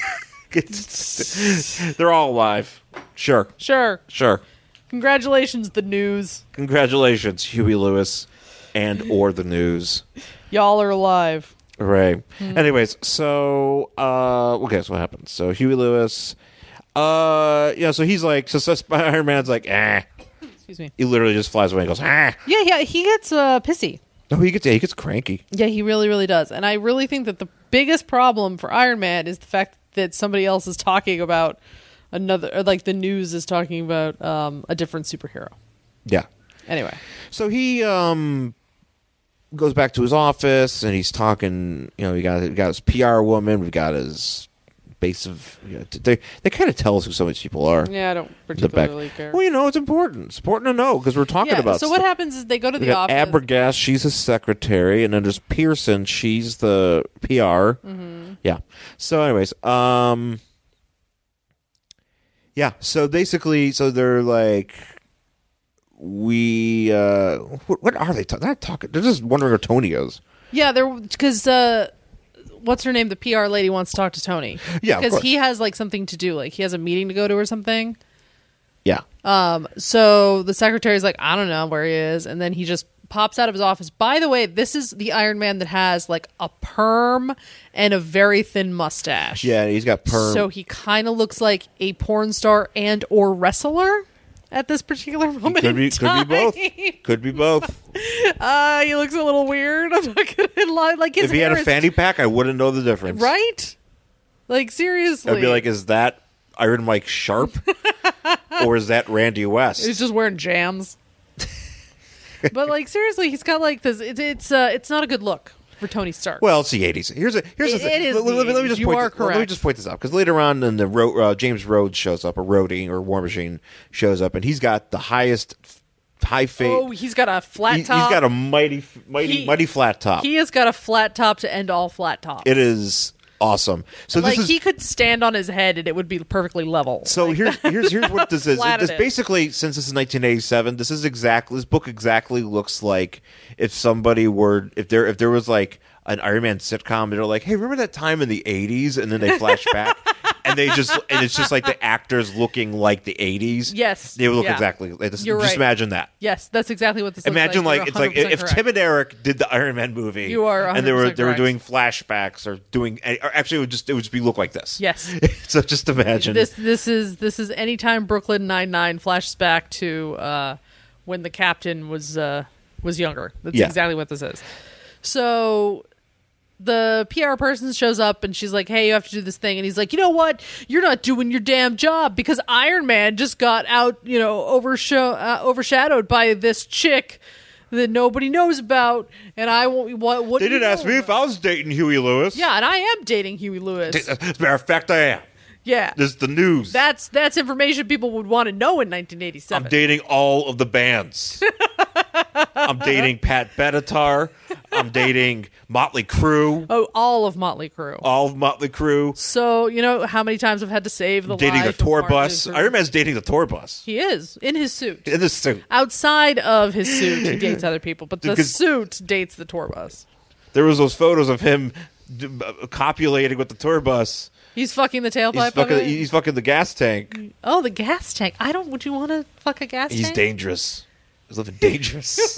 Speaker 2: It's- they're all alive. Sure,
Speaker 1: Sure.
Speaker 2: sure.
Speaker 1: Congratulations, the news.
Speaker 2: Congratulations, Huey Lewis, and or the News.
Speaker 1: Y'all are alive.
Speaker 2: Right.
Speaker 1: Hmm.
Speaker 2: Anyways, so uh okay, so what happens? So Huey Lewis uh yeah, so he's like so, so Iron Man's like, eh.
Speaker 1: Excuse me.
Speaker 2: He literally just flies away and goes, ah.
Speaker 1: Yeah, yeah. He gets uh, pissy.
Speaker 2: No, he gets yeah, he gets cranky.
Speaker 1: Yeah, he really, really does. And I really think that the biggest problem for Iron Man is the fact that somebody else is talking about another, or like the news is talking about um, a different superhero.
Speaker 2: Yeah.
Speaker 1: Anyway,
Speaker 2: So he um goes back to his office and he's talking, you know, we got we got his PR woman, we've got his base of you know, they they kind of tell us who some of these people are.
Speaker 1: yeah, I don't
Speaker 2: The back.
Speaker 1: particularly care.
Speaker 2: Well, you know, it's important. It's important to know because we're talking
Speaker 1: yeah.
Speaker 2: about.
Speaker 1: so what
Speaker 2: stuff.
Speaker 1: happens is they go to
Speaker 2: We
Speaker 1: the
Speaker 2: got
Speaker 1: office.
Speaker 2: Abregas, she's his secretary, and then there's Pearson, she's the PR.
Speaker 1: Mm-hmm.
Speaker 2: Yeah. So, anyways, um, yeah. So basically, so they're like, we, uh, what, what are they? Ta- they're not talking. They're just wondering where Tony is.
Speaker 1: yeah, they're because uh, what's her name? The PR lady wants to talk to Tony.
Speaker 2: Yeah, of
Speaker 1: because
Speaker 2: course.
Speaker 1: he has like something to do. Like he has a meeting to go to or something.
Speaker 2: Yeah.
Speaker 1: Um, so the secretary's like, I don't know where he is, and then he just pops out of his office. By the way, this is the Iron Man that has like a perm and a very thin mustache.
Speaker 2: Yeah. He's got perm.
Speaker 1: So he kind of looks like a porn star and or wrestler at this particular moment.
Speaker 2: could be,
Speaker 1: in
Speaker 2: could be
Speaker 1: time.
Speaker 2: both. Could be both.
Speaker 1: Uh, he looks a little weird. I'm not gonna lie. Like his
Speaker 2: if he had
Speaker 1: hair
Speaker 2: a
Speaker 1: is-
Speaker 2: fanny pack, I wouldn't know the difference.
Speaker 1: right? Like seriously,
Speaker 2: I'd be like, is that Iron Mike Sharp? or is that Randy West?
Speaker 1: He's just wearing jams. but like seriously, he's got like this. It's it's uh, it's not a good look for Tony Stark.
Speaker 2: Well, it's the eighties. Here's a here's
Speaker 1: It-
Speaker 2: the thing.
Speaker 1: it is
Speaker 2: let, let
Speaker 1: the
Speaker 2: me, let me
Speaker 1: 80s.
Speaker 2: just
Speaker 1: You
Speaker 2: point
Speaker 1: are
Speaker 2: this, Let me
Speaker 1: correct.
Speaker 2: just point this out because later on, in the Ro- uh, James Rhodes shows up, a roadie or War Machine shows up, and he's got the highest high fate.
Speaker 1: oh, he's got a flat
Speaker 2: he, has
Speaker 1: top.
Speaker 2: got a mighty f- mighty
Speaker 1: He-
Speaker 2: mighty flat top.
Speaker 1: he has got a flat top to end all flat tops.
Speaker 2: it is awesome. So
Speaker 1: like
Speaker 2: this is
Speaker 1: he could stand on his head and it would be perfectly level.
Speaker 2: So here's here's here's what this is.
Speaker 1: flat
Speaker 2: This
Speaker 1: it is.
Speaker 2: basically, since this is 1987, this is exactly this book exactly looks like if somebody were if there if there was like an Iron Man sitcom and they're like, hey, remember that time in the 80s, and then they flash back. and they just and it's just like the actors looking like the 80s.
Speaker 1: Yes.
Speaker 2: they look
Speaker 1: Yeah.
Speaker 2: exactly. Like this.
Speaker 1: You're
Speaker 2: just
Speaker 1: right.
Speaker 2: imagine that.
Speaker 1: Yes, that's exactly what this. looks
Speaker 2: Imagine like,
Speaker 1: You're
Speaker 2: it's like
Speaker 1: 100%
Speaker 2: if
Speaker 1: correct.
Speaker 2: Tim and Eric did the Iron Man movie.
Speaker 1: You are
Speaker 2: and they were
Speaker 1: 100%
Speaker 2: they were
Speaker 1: correct.
Speaker 2: doing flashbacks or doing or actually it would just it would just be look like this.
Speaker 1: Yes.
Speaker 2: so just imagine
Speaker 1: This this is this is anytime Brooklyn Nine Nine flashes back to uh, when the captain was uh, was younger. That's
Speaker 2: Yeah.
Speaker 1: exactly what this is. So the PR person shows up and she's like, "Hey, you have to do this thing," and he's like, "You know what? You're not doing your damn job because Iron Man just got out, you know, overshow, uh, overshadowed by this chick." That nobody knows about, and I won't. What, what
Speaker 2: They
Speaker 1: do you
Speaker 2: didn't ask
Speaker 1: know
Speaker 2: me
Speaker 1: about?
Speaker 2: if I was dating Huey Lewis.
Speaker 1: Yeah, and I am dating Huey Lewis.
Speaker 2: As a matter of fact, I am.
Speaker 1: yeah,
Speaker 2: This is the news.
Speaker 1: that's that's information people would want to know in 1987.
Speaker 2: I'm dating all of the bands. I'm dating Pat Benatar. I'm dating Motley Crue.
Speaker 1: oh, all of Motley Crue.
Speaker 2: All of Motley Crue.
Speaker 1: so you know how many times I've had to save the
Speaker 2: dating
Speaker 1: life
Speaker 2: the
Speaker 1: of
Speaker 2: tour
Speaker 1: Martin
Speaker 2: bus.
Speaker 1: Luther-
Speaker 2: Iron Man's dating the tour bus
Speaker 1: He is in his suit.
Speaker 2: in this suit.
Speaker 1: Outside of his suit, he dates other people, but the
Speaker 2: Because-
Speaker 1: suit dates the tour bus.
Speaker 2: There was those photos of him d- uh, copulating with the tour bus.
Speaker 1: He's fucking the
Speaker 2: He's
Speaker 1: tailpipe. of
Speaker 2: fucking,
Speaker 1: it.
Speaker 2: he's fucking the gas tank.
Speaker 1: oh, the gas tank. I don't. Would you want to fuck a gas
Speaker 2: He's
Speaker 1: tank?
Speaker 2: dangerous. He's living dangerous.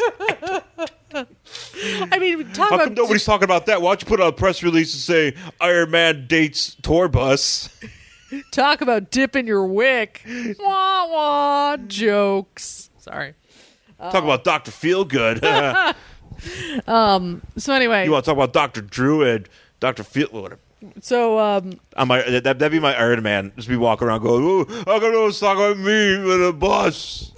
Speaker 1: I mean, talk
Speaker 2: How
Speaker 1: about
Speaker 2: come nobody's talking about that? Why don't you put out a press release and say Iron Man dates tour bus?
Speaker 1: Talk about dipping your wick. wah wah jokes. Sorry. Oh.
Speaker 2: Talk about Doctor Feelgood.
Speaker 1: So anyway,
Speaker 2: you want to talk about Doctor Druid? Doctor Feel. whatever.
Speaker 1: so um,
Speaker 2: I'm my that that'd be my Iron Man. Just be walking around going, "Ooh, how come no one's talking about me with a bus?"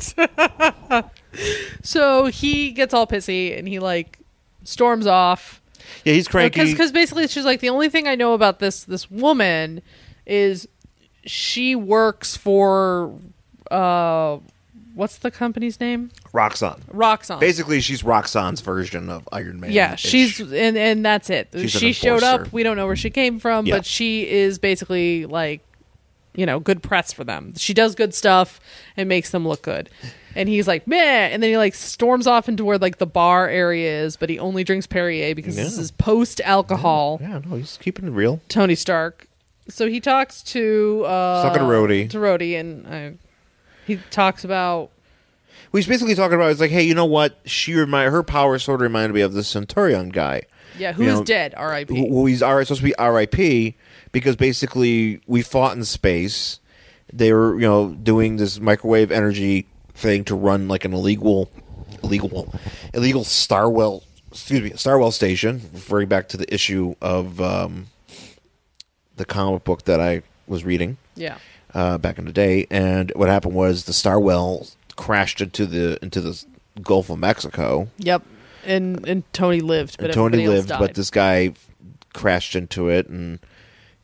Speaker 1: So he gets all pissy and he like storms off
Speaker 2: Yeah, he's
Speaker 1: because because basically she's like the only thing I know about this this woman is she works for uh what's the company's name
Speaker 2: Roxanne.
Speaker 1: Roxxon.
Speaker 2: Basically, she's Roxanne's version of Iron Man.
Speaker 1: yeah, she's and and that's it.
Speaker 2: She's an
Speaker 1: she showed up.
Speaker 2: enforcer.
Speaker 1: We don't know where she came from,
Speaker 2: Yeah.
Speaker 1: but she is basically like you know, good press for them. She does good stuff and makes them look good. And he's like, meh. And then he like storms off into where like the bar area is, but he only drinks Perrier because this
Speaker 2: Yeah.
Speaker 1: is post alcohol.
Speaker 2: Yeah, no, he's keeping it real.
Speaker 1: Tony Stark. So he talks to uh
Speaker 2: Talking to Rhodey.
Speaker 1: To Rhodey and uh, he talks about
Speaker 2: What he's basically talking about is like, hey, you know what? She remind her power sort of reminded me of the Centurion guy.
Speaker 1: yeah,
Speaker 2: You
Speaker 1: who's
Speaker 2: know,
Speaker 1: dead, R.I.P.
Speaker 2: who who he's R- supposed to be RIP because basically we fought in space. They were, you know, doing this microwave energy thing to run like an illegal, illegal, illegal Starwell, excuse me, Starwell station. Referring back to the issue of um, the comic book that I was reading
Speaker 1: yeah.
Speaker 2: uh, back in the day, and what happened was the Starwell crashed into the into the Gulf of Mexico,
Speaker 1: Yep. And and Tony lived, but
Speaker 2: and Tony
Speaker 1: everybody else
Speaker 2: lived, but
Speaker 1: died.
Speaker 2: this guy crashed into it, and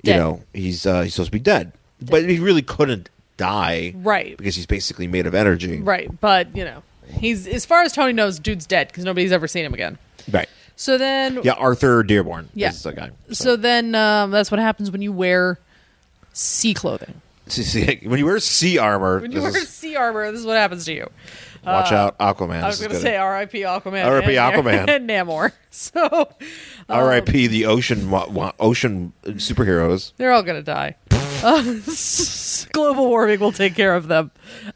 Speaker 2: you
Speaker 1: Dead.
Speaker 2: know he's uh, he's supposed to be dead, but he really couldn't die,
Speaker 1: Right.
Speaker 2: Because he's basically made of energy,
Speaker 1: Right, but you know, he's as far as Tony knows, dude's dead because nobody's ever seen him again.
Speaker 2: Right.
Speaker 1: So then,
Speaker 2: Yeah, Arthur Dearborn.
Speaker 1: Yeah.
Speaker 2: is the guy.
Speaker 1: So then, um, that's what happens when you wear sea clothing.
Speaker 2: See, see, when you wear sea armor,
Speaker 1: When you
Speaker 2: this
Speaker 1: wear
Speaker 2: is-
Speaker 1: sea armor, this is what happens to you.
Speaker 2: watch out, Aquaman.
Speaker 1: I was
Speaker 2: This is
Speaker 1: going to
Speaker 2: gonna-
Speaker 1: say um, R.I.P. Aquaman.
Speaker 2: R.I.P.
Speaker 1: and-
Speaker 2: Aquaman.
Speaker 1: and Namor. So
Speaker 2: R.I.P. the ocean, wa- wa- ocean superheroes.
Speaker 1: they're all going to die. Uh, global warming will take care of them.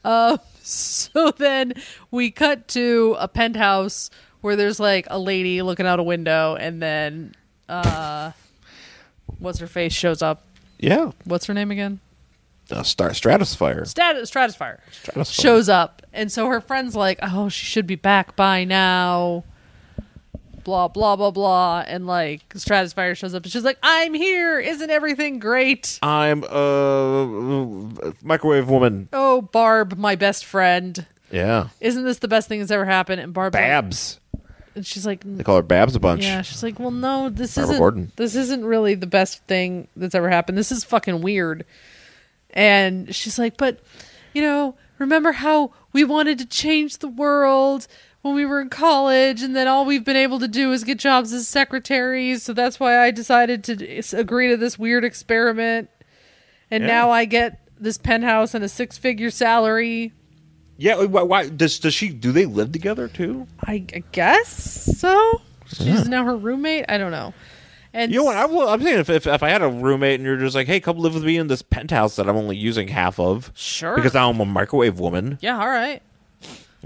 Speaker 1: Uh, so then we cut to a penthouse where there's like a lady looking out a window, and then uh, what's her face shows up.
Speaker 2: Yeah,
Speaker 1: What's her name again?
Speaker 2: uh, Star Stratosphere.
Speaker 1: Stat- Stratisfire
Speaker 2: Stratisfire.
Speaker 1: shows up, and so her friend's like, "Oh, she should be back by now." Blah blah blah blah, and like Stratisfire shows up, and she's like, "I'm here! Isn't everything great?"
Speaker 2: I'm a microwave woman.
Speaker 1: oh barb my best friend
Speaker 2: Yeah.
Speaker 1: isn't this the best thing that's ever happened and barb
Speaker 2: Babs.
Speaker 1: and she's like
Speaker 2: They call her Babs a bunch.
Speaker 1: yeah she's like well no this
Speaker 2: Barbara
Speaker 1: isn't
Speaker 2: Gordon.
Speaker 1: this isn't really the best thing that's ever happened this is fucking weird and she's like but you know remember how we wanted to change the world when we were in college and then all we've been able to do is get jobs as secretaries so that's why i decided to s- agree to this weird experiment and
Speaker 2: Yeah.
Speaker 1: now i get this penthouse and a six figure salary
Speaker 2: Yeah. Why, why does does she? Do they live together too?
Speaker 1: I, I guess so. She's now her roommate. I don't know. And
Speaker 2: You know what? I'm, I'm thinking if, if if I had a roommate and you're just like, hey, come live with me in this penthouse that I'm only using half of
Speaker 1: sure.
Speaker 2: because I'm a microwave woman.
Speaker 1: yeah, all right.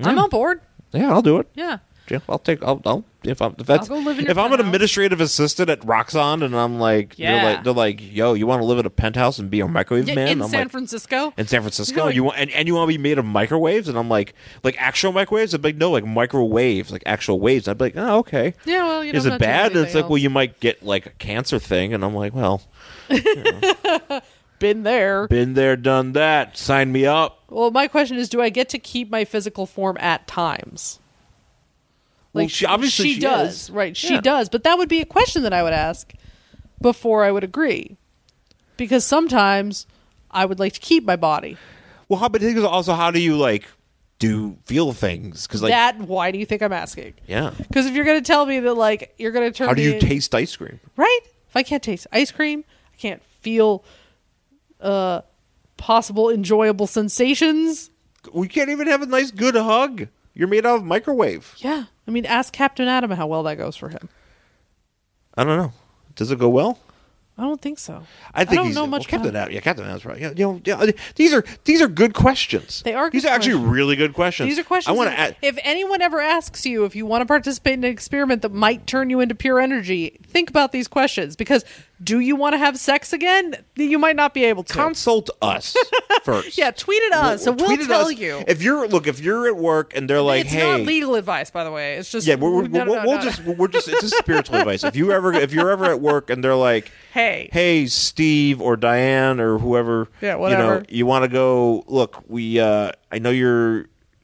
Speaker 1: I'm on board.
Speaker 2: Yeah, I'll do it.
Speaker 1: Yeah.
Speaker 2: Yeah, I'll take. I'll. I'll if I'm if that's
Speaker 1: I'll go live in your
Speaker 2: if I'm an
Speaker 1: penthouse.
Speaker 2: administrative assistant at Roxxon and I'm like,
Speaker 1: Yeah.
Speaker 2: they're like, they're like, yo, you want to live in a penthouse and be a microwave
Speaker 1: Yeah,
Speaker 2: man?
Speaker 1: in
Speaker 2: I'm
Speaker 1: San
Speaker 2: like,
Speaker 1: Francisco.
Speaker 2: in San Francisco,
Speaker 1: You're like-
Speaker 2: you want and, and you want to be made of microwaves? And I'm like, like actual microwaves? I'm like, no, like microwaves, like actual waves. I'd be like, oh, okay.
Speaker 1: yeah, well, you know,
Speaker 2: Is
Speaker 1: I'm not
Speaker 2: it
Speaker 1: doing
Speaker 2: bad? And it's
Speaker 1: anything
Speaker 2: like, well,
Speaker 1: else.
Speaker 2: you might get like a cancer thing, and I'm like, well,
Speaker 1: been there.
Speaker 2: been there, done that. Sign me up.
Speaker 1: Well, my question is, do I get to keep my physical form at times?
Speaker 2: Well, she- obviously she
Speaker 1: does,
Speaker 2: is.
Speaker 1: right? She
Speaker 2: Yeah.
Speaker 1: does, but that would be a question that I would ask before I would agree, because sometimes I would like to keep my body.
Speaker 2: Well, how, but the thing is also, how do you like do feel things? Because like,
Speaker 1: that why do you think I'm asking?
Speaker 2: yeah,
Speaker 1: Because if you're going to tell me that, like, you're going to turn
Speaker 2: how do
Speaker 1: me
Speaker 2: you
Speaker 1: in-
Speaker 2: taste ice cream?
Speaker 1: right? If I can't taste ice cream, I can't feel uh possible enjoyable sensations.
Speaker 2: We can't even have a nice, good hug. You're made out of microwave.
Speaker 1: Yeah, I mean, ask Captain Adam how well that goes for him.
Speaker 2: I don't know. Does it go well?
Speaker 1: I don't think so.
Speaker 2: I think
Speaker 1: don't
Speaker 2: he's,
Speaker 1: know
Speaker 2: well,
Speaker 1: much
Speaker 2: Captain
Speaker 1: about-
Speaker 2: Adam. Yeah, Captain Adam's probably. You know, you know, these are these are good questions.
Speaker 1: They are good
Speaker 2: These are actually
Speaker 1: questions.
Speaker 2: really good questions.
Speaker 1: These are questions.
Speaker 2: I want
Speaker 1: that-
Speaker 2: to ask.
Speaker 1: If anyone ever asks you if you want to participate in an experiment that might turn you into pure energy, think about these questions because do you want to have sex again? You might not be able to.
Speaker 2: Consult us first.
Speaker 1: yeah, tweet at us, and Uh, we'll
Speaker 2: Tweet at
Speaker 1: tell
Speaker 2: us.
Speaker 1: you.
Speaker 2: If you're look, if you're at work and they're like,
Speaker 1: it's
Speaker 2: "Hey,
Speaker 1: not legal advice, by the way. It's just
Speaker 2: Yeah, we're, we're,
Speaker 1: no, no,
Speaker 2: we'll,
Speaker 1: no,
Speaker 2: we'll
Speaker 1: no.
Speaker 2: just we're just it's just spiritual advice. If you ever if you're ever at work and they're like,
Speaker 1: Hey.
Speaker 2: hey, Steve or Diane or whoever,
Speaker 1: Yeah, whatever.
Speaker 2: you know, you want to go look. We uh, I know you're,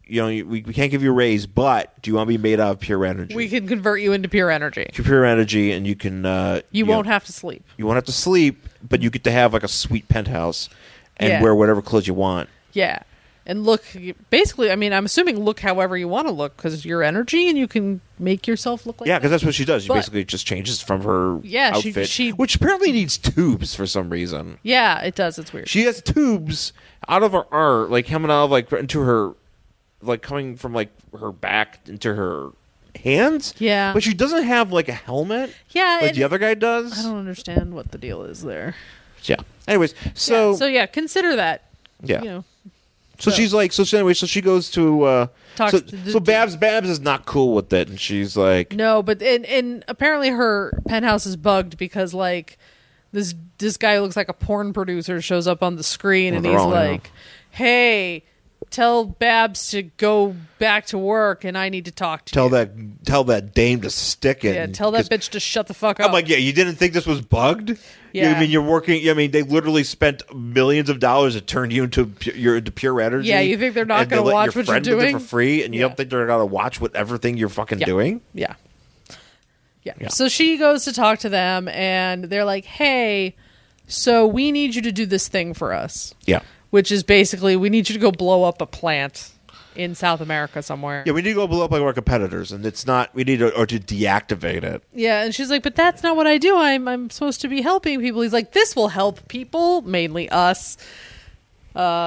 Speaker 2: you know, you- we, we can't give you a raise, but do you want to be made out of pure energy?
Speaker 1: we can convert you into pure energy.
Speaker 2: You're pure energy, and you can uh,
Speaker 1: You won't
Speaker 2: know,
Speaker 1: have to sleep.
Speaker 2: you won't have to sleep, but you get to have like a sweet penthouse and
Speaker 1: Yeah.
Speaker 2: wear whatever clothes you want.
Speaker 1: Yeah. And look, basically, I mean, I'm assuming look however you want to look because you're energy and you can make yourself look like
Speaker 2: Yeah,
Speaker 1: that.
Speaker 2: because that's what she does. She
Speaker 1: But-
Speaker 2: basically just changes from her
Speaker 1: Yeah, she-
Speaker 2: outfit,
Speaker 1: she-
Speaker 2: which apparently needs tubes for some reason.
Speaker 1: Yeah, it does. It's weird.
Speaker 2: she has tubes out of her arm, like coming out of like into her, like coming from like her back into her hands.
Speaker 1: Yeah.
Speaker 2: but she doesn't have like a helmet.
Speaker 1: Yeah,
Speaker 2: like
Speaker 1: it-
Speaker 2: the other guy does.
Speaker 1: I don't understand what the deal is there.
Speaker 2: Yeah. Anyways, so
Speaker 1: yeah, so yeah, consider that.
Speaker 2: Yeah.
Speaker 1: You know,
Speaker 2: so, she's like so. She, anyway, so she goes to. uh
Speaker 1: Talks
Speaker 2: so,
Speaker 1: to the-
Speaker 2: so Babs Babs is not cool with it, and she's like,
Speaker 1: no, but and and apparently her penthouse is bugged because like this this guy who looks like a porn producer shows up on the screen
Speaker 2: Well,
Speaker 1: and
Speaker 2: they're
Speaker 1: he's
Speaker 2: all, you know.
Speaker 1: like, "Hey, tell Babs to go back to work, and I need to talk to
Speaker 2: tell
Speaker 1: you."
Speaker 2: that tell that dame to stick it.
Speaker 1: yeah,
Speaker 2: and-
Speaker 1: tell that
Speaker 2: 'cause-
Speaker 1: bitch to shut the fuck up.
Speaker 2: I'm like, yeah, you didn't think this was bugged? You,
Speaker 1: Yeah.
Speaker 2: I mean, you're working. I mean, they literally spent millions of dollars to turn you into pu- you're into pure energy.
Speaker 1: Yeah, you think they're not
Speaker 2: and they
Speaker 1: gonna
Speaker 2: let
Speaker 1: watch
Speaker 2: your
Speaker 1: what you're
Speaker 2: friend with it
Speaker 1: doing?
Speaker 2: for free, and you
Speaker 1: Yeah.
Speaker 2: don't think they're gonna watch what everything you're fucking
Speaker 1: Yeah.
Speaker 2: doing?
Speaker 1: Yeah. yeah.
Speaker 2: Yeah.
Speaker 1: So she goes to talk to them and they're like, "Hey, so we need you to do this thing for us."
Speaker 2: Yeah,
Speaker 1: Which is basically we need you to go blow up a plant in South America somewhere.
Speaker 2: yeah. We need to go blow up like our competitors, and it's not. We need to or to deactivate it.
Speaker 1: Yeah, and she's like, "But that's not what I do. I'm I'm supposed to be helping people." He's like, "This will help people, mainly us."
Speaker 2: You're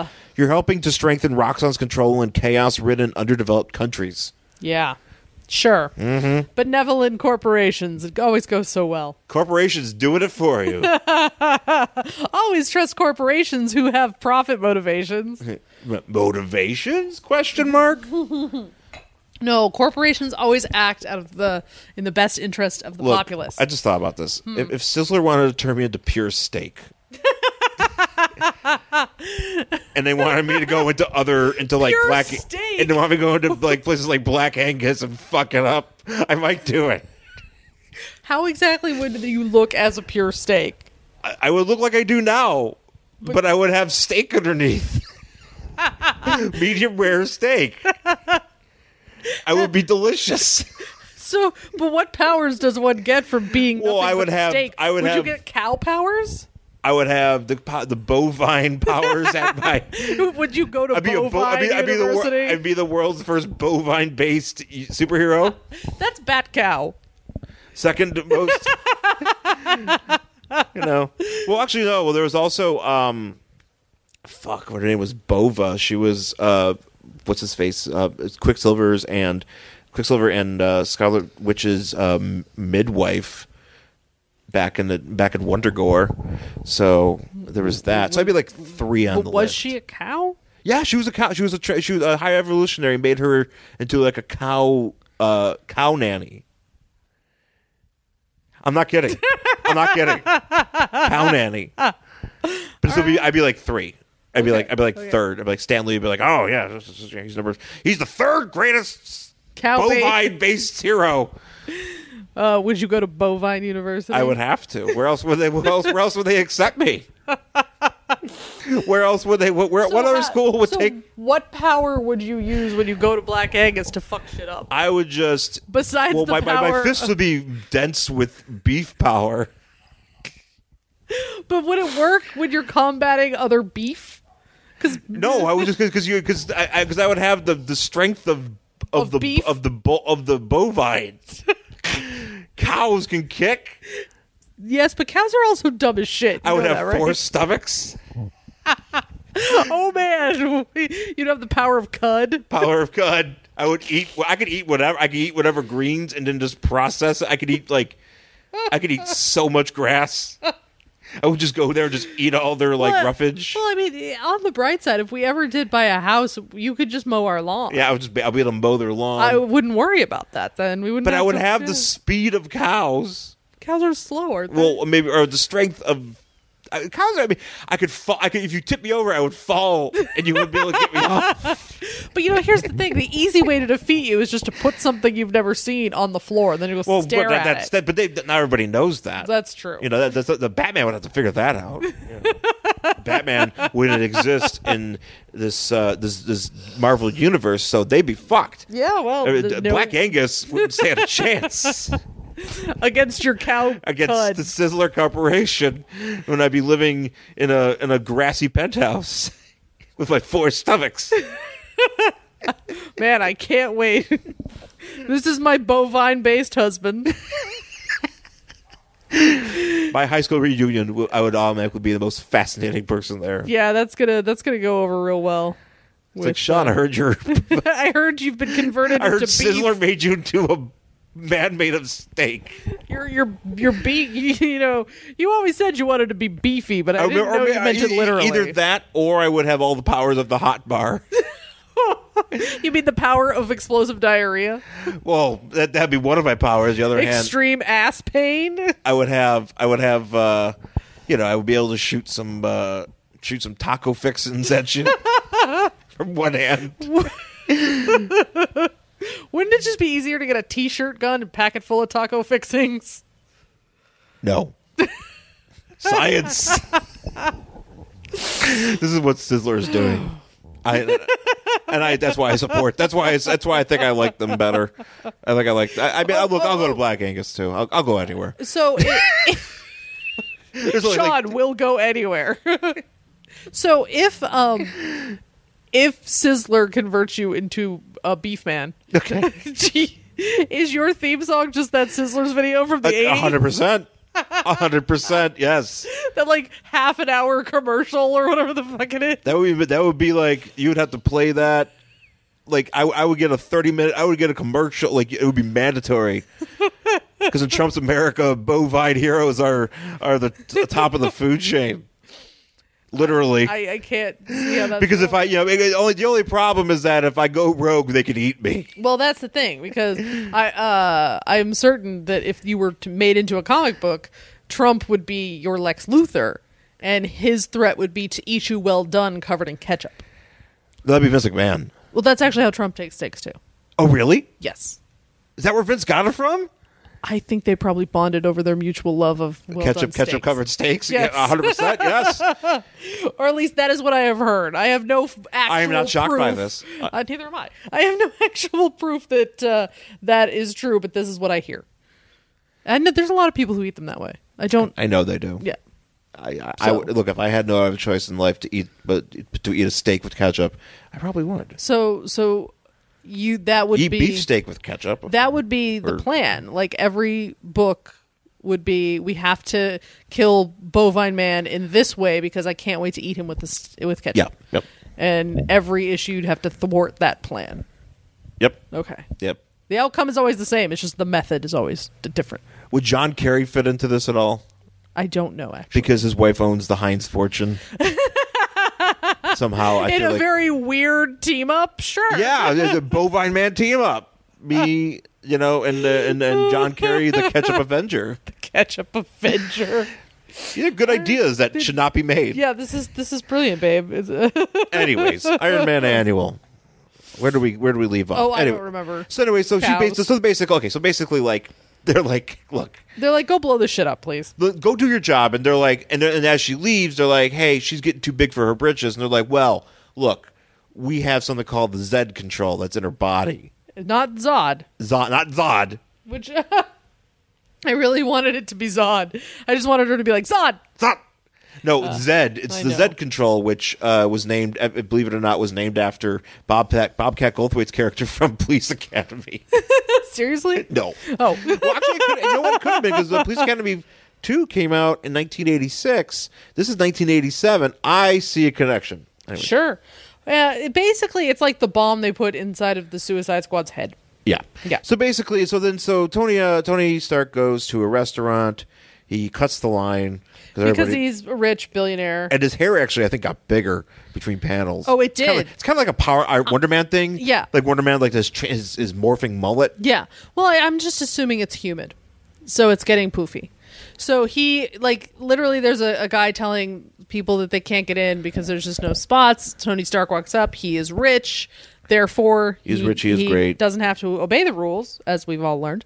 Speaker 2: helping to strengthen Roxxon's control in chaos-ridden, underdeveloped countries.
Speaker 1: Yeah. Sure. Mm-hmm. Benevolent corporations. It always goes so well.
Speaker 2: Corporations doing it for you.
Speaker 1: Always trust corporations who have profit motivations.
Speaker 2: Motivations? Question mark.
Speaker 1: No, corporations always act out of the in the best interest of the
Speaker 2: Look,
Speaker 1: populace.
Speaker 2: I just thought about this. If,
Speaker 1: Hmm.
Speaker 2: if Sizzler wanted to turn me into pure steak, and they wanted me to go into other into like
Speaker 1: Pure
Speaker 2: black,
Speaker 1: steak.
Speaker 2: and they want me to go into like places like Black Angus and fuck it up, I might do it.
Speaker 1: How exactly would you look as a pure steak?
Speaker 2: I, I would look like I do now, but, I would have steak underneath, medium rare steak. I would be delicious.
Speaker 1: So, but what powers does one get from being?
Speaker 2: Well,
Speaker 1: nothing
Speaker 2: I would
Speaker 1: but
Speaker 2: have-
Speaker 1: Steak?
Speaker 2: I would
Speaker 1: would you
Speaker 2: have-
Speaker 1: get cow powers?
Speaker 2: I would have the po- the bovine powers at my
Speaker 1: Would you go to
Speaker 2: I'd be, a
Speaker 1: bovine
Speaker 2: bo- I'd, be, I'd, be the wor-
Speaker 1: university?
Speaker 2: I'd be the world's first bovine based superhero.
Speaker 1: That's bat cow.
Speaker 2: Second most. you know. Well, actually, no. Well, there was also. um Fuck, what her name was Bova. She was. uh What's his face? Uh, it's Quicksilver's and. Quicksilver and uh, Scarlet Witch's um, midwife. back in the back in Wonder Gore. So there was that. So I'd be like three on
Speaker 1: But
Speaker 2: the
Speaker 1: was
Speaker 2: list.
Speaker 1: she a cow?
Speaker 2: Yeah, she was a cow. She was a tra- she was a high evolutionary. Made her into like a cow uh, cow nanny. I'm not kidding. I'm not kidding. Cow nanny. But this would be. I'd be like three. I'd be like. I'd be like third. I'd be like Stanley. Would be like, oh yeah, this is- he's number. He's the third greatest
Speaker 1: Cow
Speaker 2: bovine based hero.
Speaker 1: Uh, would you go to Bovine University?
Speaker 2: I would have to. Where else would they? Where else? Where else would they accept me? Where else would they? Where? what other school would take?
Speaker 1: What power would you use when you go to Black Angus to fuck shit up?
Speaker 2: I would just
Speaker 1: Besides
Speaker 2: well,
Speaker 1: the
Speaker 2: my, my, my
Speaker 1: power
Speaker 2: fists
Speaker 1: of-
Speaker 2: would be dense with beef power.
Speaker 1: But would it work when you're combating other beef? Because
Speaker 2: No, I would just because you because I because I, would have the the strength of of,
Speaker 1: Of
Speaker 2: the
Speaker 1: beef?
Speaker 2: of the bo- of the bovine. Cows can kick.
Speaker 1: yes, but cows are also dumb as shit. You
Speaker 2: I would
Speaker 1: know
Speaker 2: have
Speaker 1: that, right?
Speaker 2: four stomachs.
Speaker 1: Oh man, you'd have the power of cud.
Speaker 2: Power of God. I would eat. I could eat whatever. I could eat whatever greens and then just process it. I could eat like. I could eat so much grass. I would just go there and just eat all their like
Speaker 1: Well,
Speaker 2: roughage.
Speaker 1: Well, I mean, eh, on the bright side, if we ever did buy a house, you could just mow our lawn.
Speaker 2: Yeah, I would just be, I'll be able to mow their lawn.
Speaker 1: I wouldn't worry about that. Then we wouldn't.
Speaker 2: but I would
Speaker 1: to-
Speaker 2: have the
Speaker 1: yeah.
Speaker 2: speed of cows.
Speaker 1: cows are slower.
Speaker 2: Well, maybe or the strength of I- cows. I mean, I could fall. I could if you tipped me over, I would fall, and you wouldn't be able to get me off.
Speaker 1: But you know, here's the thing: the easy way to defeat you is just to put something you've never seen on the floor, and then you go
Speaker 2: Well, but
Speaker 1: stare
Speaker 2: that,
Speaker 1: at
Speaker 2: that's
Speaker 1: it.
Speaker 2: that. But they, not everybody knows that.
Speaker 1: That's true.
Speaker 2: You know, that, that's the Batman would have to figure that out. you know. Batman wouldn't exist in this uh, this this Marvel universe, so they'd be fucked.
Speaker 1: yeah, well,
Speaker 2: I mean,
Speaker 1: th-
Speaker 2: the-
Speaker 1: no-
Speaker 2: Black Angus wouldn't stand a chance.
Speaker 1: against your cow
Speaker 2: against
Speaker 1: cud.
Speaker 2: the Sizzler Corporation when I'd be living in a in a grassy penthouse with my four stomachs.
Speaker 1: Man, I can't wait. this is my bovine-based husband.
Speaker 2: my high school reunion, w- I would automatically be the most fascinating person there.
Speaker 1: Yeah, that's gonna that's gonna go over real well.
Speaker 2: it's like Sean, I heard your
Speaker 1: I heard you've been converted
Speaker 2: I heard
Speaker 1: into
Speaker 2: Sizzler
Speaker 1: beef.
Speaker 2: made you into a man made of steak.
Speaker 1: You're you're you're beef. You know, you always said you wanted to be beefy, but I, didn't
Speaker 2: remember-
Speaker 1: know
Speaker 2: or
Speaker 1: you
Speaker 2: may-
Speaker 1: meant it
Speaker 2: e- e-
Speaker 1: literally.
Speaker 2: Either that, or I would have all the powers of the hot bar.
Speaker 1: You mean the power of explosive diarrhea,
Speaker 2: well, that that'd be one of my powers. The other hand,
Speaker 1: extreme ass pain?
Speaker 2: I would have I would have uh you know, I would be able to shoot some uh shoot some taco fixins at you from one hand.
Speaker 1: Wouldn't it just be easier to get a t-shirt gun and pack it full of taco fixings?
Speaker 2: No. Science. this is what Sizzler is doing. I and I that's why I support. That's why I, that's why I think I like them better. I think I like. I, I mean, I'll, look, I'll go to Black Angus too. I'll, I'll go anywhere.
Speaker 1: So
Speaker 2: There's only, like,
Speaker 1: Sean will go anywhere. so if um if Sizzler converts you into a beef man,
Speaker 2: okay,
Speaker 1: is your theme song just that Sizzler's video from the
Speaker 2: a
Speaker 1: eighties?
Speaker 2: hundred percent, a hundred percent. Yes.
Speaker 1: That like half an hour commercial or whatever the fuck it is.
Speaker 2: That would be, that would be like you would have to play that. Like I, I would get a thirty minute. I would get a commercial. Like it would be mandatory. Because in Trump's America, bovine heroes are are the, the top of the food chain, literally.
Speaker 1: I, I can't see how that's
Speaker 2: because if I, you know, it- it only the only problem is that if I go rogue, they could eat me.
Speaker 1: Well, that's the thing because I uh, I'm certain that if you were to made into a comic book, Trump would be your Lex Luthor, and his threat would be to eat you well done, covered in ketchup.
Speaker 2: That'd be Vince McMahon.
Speaker 1: Well, that's actually how Trump takes takes too.
Speaker 2: Oh, really?
Speaker 1: Yes,
Speaker 2: Is that where Vince got it from?
Speaker 1: I think they probably bonded over their mutual love of well done
Speaker 2: ketchup, ketchup
Speaker 1: steaks.
Speaker 2: covered steaks.
Speaker 1: Yes.
Speaker 2: Yeah, hundred percent. Yes.
Speaker 1: or at least that is what I have heard. I have no f- actual.
Speaker 2: I am not shocked by
Speaker 1: proof-
Speaker 2: this.
Speaker 1: Uh, neither am I. I have no actual proof that uh, that is true, but this is what I hear. And there's a lot of people who eat them that way. I don't.
Speaker 2: I know they do.
Speaker 1: Yeah.
Speaker 2: I, I, I would look if I had no other choice in life to eat, but to eat a steak with ketchup, I probably would.
Speaker 1: So so you that would
Speaker 2: Eat
Speaker 1: be
Speaker 2: beef steak with ketchup.
Speaker 1: that would be the
Speaker 2: Or-
Speaker 1: plan. Like every book would be we have to kill bovine man in this way because I can't wait to eat him with this with ketchup.
Speaker 2: Yeah, yep.
Speaker 1: And every issue you'd have to thwart that plan.
Speaker 2: yep,
Speaker 1: Okay.
Speaker 2: yep.
Speaker 1: The outcome is always the same. It's just the method is always d- different.
Speaker 2: Would John Kerry fit into this at all?
Speaker 1: I don't know actually.
Speaker 2: Because his wife owns the Heinz fortune. Somehow, I
Speaker 1: In
Speaker 2: feel
Speaker 1: a
Speaker 2: like
Speaker 1: very weird team up, sure.
Speaker 2: yeah, the, the bovine man team up. Me, you know, and uh, and
Speaker 1: Oh,
Speaker 2: and John Kerry, the ketchup Avenger.
Speaker 1: Ketchup Avenger.
Speaker 2: These are good ideas that should not be made.
Speaker 1: yeah, this is this is brilliant, babe. It's-
Speaker 2: Anyways, Iron Man annual. Where do we where do we leave off?
Speaker 1: Oh, I don't
Speaker 2: anyway.
Speaker 1: remember.
Speaker 2: So anyway, so she
Speaker 1: Cows.
Speaker 2: basically so basically okay, so basically like they're like, look,
Speaker 1: They're like, go blow this shit up, please.
Speaker 2: l- go do your job, and they're like, and, they're, and as she leaves, they're like, hey, she's getting too big for her britches, and they're like, well, look, we have something called the Zed control that's in her body,
Speaker 1: Not Zod,
Speaker 2: Zod, not Zod,
Speaker 1: which I really wanted it to be Zod. I just wanted her to be like Zod.
Speaker 2: Zod. No, Zed. It's
Speaker 1: Uh, I
Speaker 2: the
Speaker 1: know.
Speaker 2: Zed control, which uh, was named, uh, believe it or not, was named after Bobcat Bobcat Goldthwait's character from Police Academy.
Speaker 1: Seriously?
Speaker 2: No.
Speaker 1: Oh,
Speaker 2: Well, actually, it could, you know what? It could have been because the Police Academy 2 came out in 1986. This is 1987. I see a connection. Anyway,
Speaker 1: sure. Uh, it- basically, it's like the bomb they put inside of the Suicide Squad's head.
Speaker 2: Yeah.
Speaker 1: Yeah.
Speaker 2: So basically, so then, so Tony uh, Tony Stark goes to a restaurant. He cuts the line
Speaker 1: Because
Speaker 2: everybody-
Speaker 1: he's a rich billionaire.
Speaker 2: and his hair actually, I think, got bigger between panels.
Speaker 1: Oh, it
Speaker 2: It's kinda
Speaker 1: did.
Speaker 2: like- It's kind of like, a Power I, Wonder Man thing.
Speaker 1: yeah.
Speaker 2: Like Wonder Man, like this tr- his, his morphing mullet.
Speaker 1: Yeah. Well, I, I'm just assuming it's humid. So it's getting poofy. So he, like, literally, there's a, a guy telling people that they can't get in because there's just no spots. Tony Stark walks up. He is rich. Therefore,
Speaker 2: He's rich, he is great.
Speaker 1: Doesn't have to obey the rules, as we've all learned.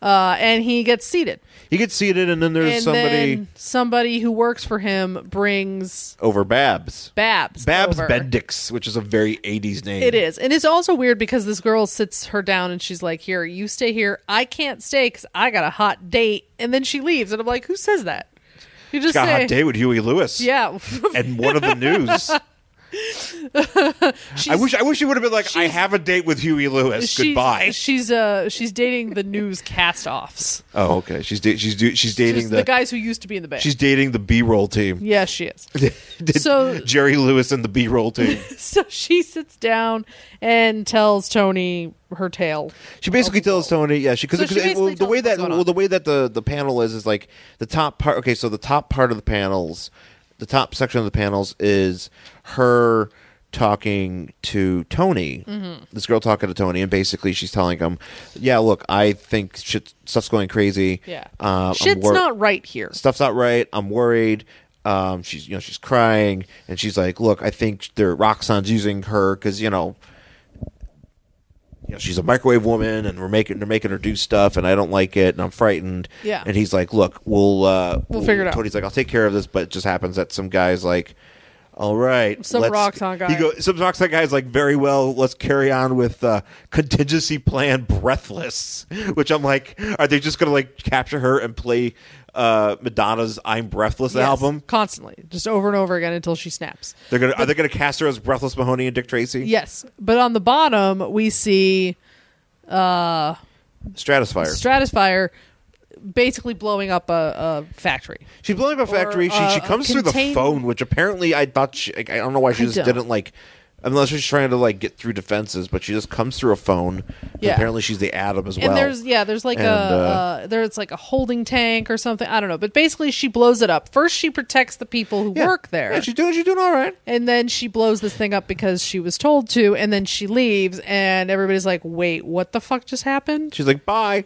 Speaker 1: Uh, and he gets seated.
Speaker 2: He gets seated, and then there's
Speaker 1: and
Speaker 2: somebody
Speaker 1: then somebody who works for him brings
Speaker 2: over Babs.
Speaker 1: Babs.
Speaker 2: Babs
Speaker 1: over.
Speaker 2: Bendix, which is a very 80s name.
Speaker 1: It is. And it's also weird because this girl sits her down and she's like, Here, you stay here. I can't stay because I got a hot date. And then she leaves. And I'm like, Who says that? You just
Speaker 2: Got a
Speaker 1: say,
Speaker 2: hot day with Huey Lewis.
Speaker 1: Yeah.
Speaker 2: And one of the news. I wish I wish you would have been like, I have a date with Huey Lewis.
Speaker 1: She's-
Speaker 2: Goodbye.
Speaker 1: She's uh she's dating the news cast offs.
Speaker 2: oh, okay. She's da- she's do- she's dating
Speaker 1: She's
Speaker 2: the,
Speaker 1: the, guys who used to be in the band.
Speaker 2: she's dating the B roll team.
Speaker 1: yeah, she is. So-
Speaker 2: Jerry Lewis and the B roll team.
Speaker 1: so she sits down and tells Tony her tale.
Speaker 2: She basically tells Tony, yeah, she because
Speaker 1: So she basically
Speaker 2: well, the
Speaker 1: tells
Speaker 2: way
Speaker 1: him
Speaker 2: that
Speaker 1: what's going
Speaker 2: well,
Speaker 1: on.
Speaker 2: the way that the the panel is is like the top part. Okay, so the top part of the panels, the top section of the panels is her talking to Tony.
Speaker 1: Mm-hmm.
Speaker 2: This girl talking to Tony, and basically she's telling him, "Yeah, look, I think shit, stuff's going crazy.
Speaker 1: Yeah.
Speaker 2: um, I'm
Speaker 1: Shit's
Speaker 2: wor-
Speaker 1: not right here.
Speaker 2: stuff's not right. I'm worried. Um, she's you know she's crying and she's like, look, I think they're Roxanne's using her because you know, you know she's a microwave woman and we're making they're making her do stuff and I don't like it and I'm frightened.
Speaker 1: Yeah.
Speaker 2: And he's like, look, we'll uh,
Speaker 1: We'll figure it out.
Speaker 2: Tony's like, I'll take care of this, but it just happens that some guys like. All right,
Speaker 1: Some
Speaker 2: let's-
Speaker 1: Roxanne guy.
Speaker 2: He goes, some Roxanne guy's like very well. Let's carry on with uh, contingency plan Breathless, which I'm like, are they just gonna like capture her and play uh, Madonna's I'm Breathless
Speaker 1: Yes,
Speaker 2: album?
Speaker 1: Constantly. Just over and over again until she snaps.
Speaker 2: They're gonna are they gonna cast her as Breathless Mahoney and Dick Tracy?
Speaker 1: Yes. But on the bottom we see
Speaker 2: Stratisfyer.
Speaker 1: Stratisfyer basically blowing up a, a factory.
Speaker 2: She's blowing up a factory. she
Speaker 1: uh,
Speaker 2: she
Speaker 1: a
Speaker 2: comes through the
Speaker 1: contain-
Speaker 2: phone, which apparently I thought she, like, I don't know why she
Speaker 1: I
Speaker 2: just
Speaker 1: don't.
Speaker 2: didn't like. Unless she's trying to like get through defenses, but she just comes through a phone. and
Speaker 1: Yeah.
Speaker 2: Apparently, she's the atom as well.
Speaker 1: and there's yeah, there's like
Speaker 2: and,
Speaker 1: a
Speaker 2: uh,
Speaker 1: uh, there's like a holding tank or something. I don't know, but basically she blows it up. First she protects the people who
Speaker 2: Yeah.
Speaker 1: work there.
Speaker 2: Yeah, she's doing she's doing all right.
Speaker 1: and then she blows this thing up because she was told to and then she leaves and everybody's like, "Wait, what the fuck just happened?"
Speaker 2: She's like, bye.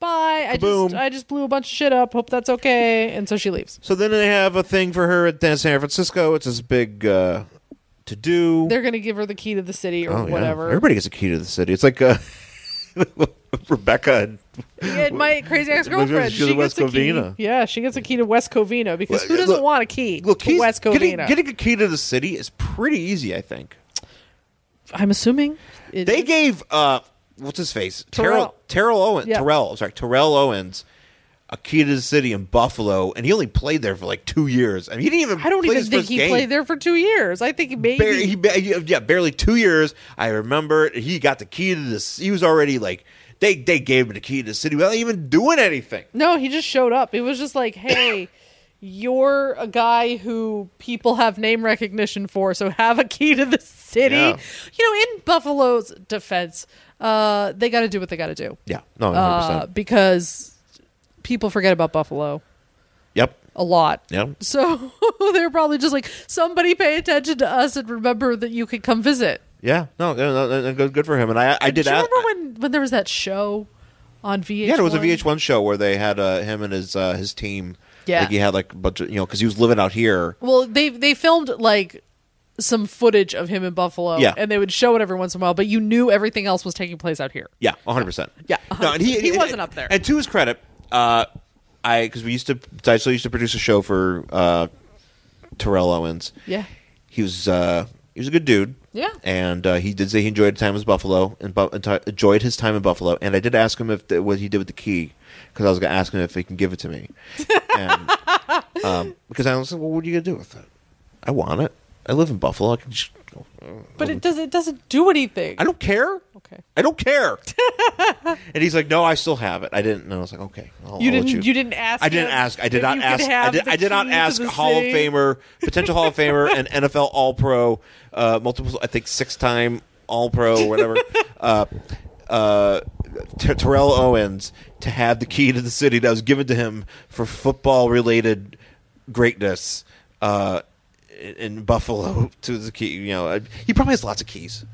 Speaker 1: Bye. I
Speaker 2: Kaboom.
Speaker 1: just I just blew a bunch of shit up. Hope that's okay. And so she leaves.
Speaker 2: So then they have a thing for her at San Francisco. It's this big uh, to do.
Speaker 1: They're going to give her the key to the city or
Speaker 2: Oh,
Speaker 1: whatever.
Speaker 2: Everybody gets a key to the city. It's like uh, Rebecca. and-
Speaker 1: Yeah, my crazy ex girlfriend.
Speaker 2: She's
Speaker 1: She
Speaker 2: a
Speaker 1: gets
Speaker 2: West
Speaker 1: a key.
Speaker 2: Covina.
Speaker 1: Yeah, she gets a key to West Covina because
Speaker 2: Well,
Speaker 1: who doesn't
Speaker 2: look-
Speaker 1: want a key
Speaker 2: Look,
Speaker 1: to
Speaker 2: keys-
Speaker 1: West Covina?
Speaker 2: getting, getting a key to the city is pretty easy, I think.
Speaker 1: I'm assuming it
Speaker 2: They
Speaker 1: is.
Speaker 2: gave uh, what's his face Terrell
Speaker 1: Terrell.
Speaker 2: Terrell Owens
Speaker 1: Yeah.
Speaker 2: Terrell I'm sorry Terrell Owens a key to the city in Buffalo, and he only played there for like two years. I mean, he didn't even.
Speaker 1: I don't
Speaker 2: play
Speaker 1: even
Speaker 2: his
Speaker 1: think
Speaker 2: first
Speaker 1: he
Speaker 2: game.
Speaker 1: played there for two years. I think maybe
Speaker 2: Bar- he, ba- yeah, barely two years. I remember it. he got the key to this. He was already like they they gave him the key to the city without even doing anything.
Speaker 1: no, he just showed up. It was just like, hey. You're a guy who people have name recognition for, so have a key to the city.
Speaker 2: Yeah.
Speaker 1: You know, in Buffalo's defense, uh, uh, they got to do what they got to do
Speaker 2: Yeah. No, 100%.
Speaker 1: uh, because people forget about Buffalo
Speaker 2: yep.
Speaker 1: a lot.
Speaker 2: Yep.
Speaker 1: So they're probably just like, somebody pay attention to us and remember that you could come visit.
Speaker 2: Yeah. No, no, no, no, good, good for him. And I, I did
Speaker 1: Do you
Speaker 2: ask.
Speaker 1: remember when, when there was that show on VH1?
Speaker 2: Yeah, it was a VH1 show where they had uh, him and his uh, his team.
Speaker 1: Yeah.
Speaker 2: like he had like a bunch of you know because he was living out here.
Speaker 1: Well, they they filmed like some footage of him in Buffalo,
Speaker 2: Yeah.
Speaker 1: and they would show it every once in a while. But you knew everything else was taking place out here.
Speaker 2: Yeah, 100. percent
Speaker 1: Yeah,
Speaker 2: no, and he
Speaker 1: 100%. He
Speaker 2: and-
Speaker 1: wasn't up there.
Speaker 2: And to his credit, uh, I because we used to I still used to produce a show for uh, Terrell Owens.
Speaker 1: Yeah.
Speaker 2: he was uh, he was a good dude.
Speaker 1: Yeah.
Speaker 2: and uh, he did say he enjoyed his time in Buffalo and bu- enti- enjoyed his time in Buffalo. And I did ask him if the, what he did with the key because I was going to ask him if he can give it to me. and, um, because I was like, well, what are you going to do with it? I want it. I live in Buffalo. I can just. go-
Speaker 1: But it does it doesn't do anything.
Speaker 2: I don't care.
Speaker 1: Okay.
Speaker 2: I don't care. and he's like, no, I still have it. I didn't. And I was like, okay. I'll,
Speaker 1: You
Speaker 2: I'll let
Speaker 1: didn't. You.
Speaker 2: you
Speaker 1: didn't ask.
Speaker 2: I didn't
Speaker 1: him
Speaker 2: ask. I did
Speaker 1: if
Speaker 2: not
Speaker 1: you could
Speaker 2: ask. I
Speaker 1: have
Speaker 2: did,
Speaker 1: the
Speaker 2: I did not
Speaker 1: key to
Speaker 2: ask
Speaker 1: the
Speaker 2: Hall of
Speaker 1: city.
Speaker 2: Famer, potential Hall of Famer, and NFL All Pro, uh, multiple, I think six time All Pro or whatever. uh, uh, Ter- Terrell Owens to have the key to the city that was given to him for football related greatness uh, in- in Buffalo to the key. You know, I- he probably has lots of keys.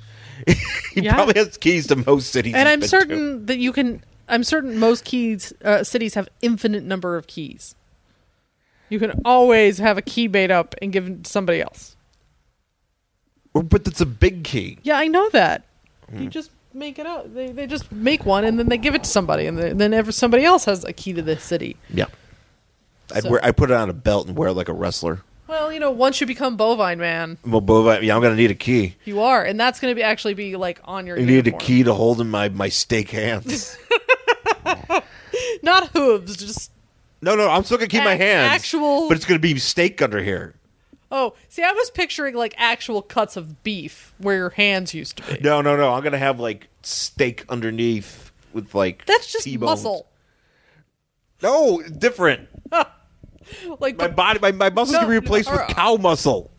Speaker 2: he
Speaker 1: Yeah.
Speaker 2: probably has keys to most cities.
Speaker 1: And
Speaker 2: he's
Speaker 1: I'm
Speaker 2: been to.
Speaker 1: certain that you can. I'm certain most keys uh, cities have infinite number of keys. You can always have a key made up and given to somebody else.
Speaker 2: But that's a big key.
Speaker 1: Yeah, I know that. You
Speaker 2: Hmm.
Speaker 1: just make it up. They, they just make one and then they give it to somebody, and then- then ever somebody else has a key to the city.
Speaker 2: Yeah. I'd
Speaker 1: So-
Speaker 2: wear, I put it on a belt and wear it like a wrestler.
Speaker 1: Well, you know, once you become bovine man,
Speaker 2: Well, Bova, yeah, I'm gonna need a key.
Speaker 1: you are, and that's going to be actually be like on your.
Speaker 2: I need a
Speaker 1: uniform.
Speaker 2: key to hold in my my steak hands.
Speaker 1: not hooves. Just
Speaker 2: no, no, I'm still gonna keep my
Speaker 1: Ac-
Speaker 2: hands.
Speaker 1: actual-
Speaker 2: but it's gonna be steak under here.
Speaker 1: oh, see, I was picturing like actual cuts of beef where your hands used to be.
Speaker 2: No, no, no, I'm gonna have like steak underneath with like
Speaker 1: That's just
Speaker 2: T-bones.
Speaker 1: muscle.
Speaker 2: No, different.
Speaker 1: Like
Speaker 2: My
Speaker 1: the
Speaker 2: body, my, my muscles
Speaker 1: No,
Speaker 2: can be
Speaker 1: no,
Speaker 2: replaced with
Speaker 1: or- uh,
Speaker 2: cow muscle.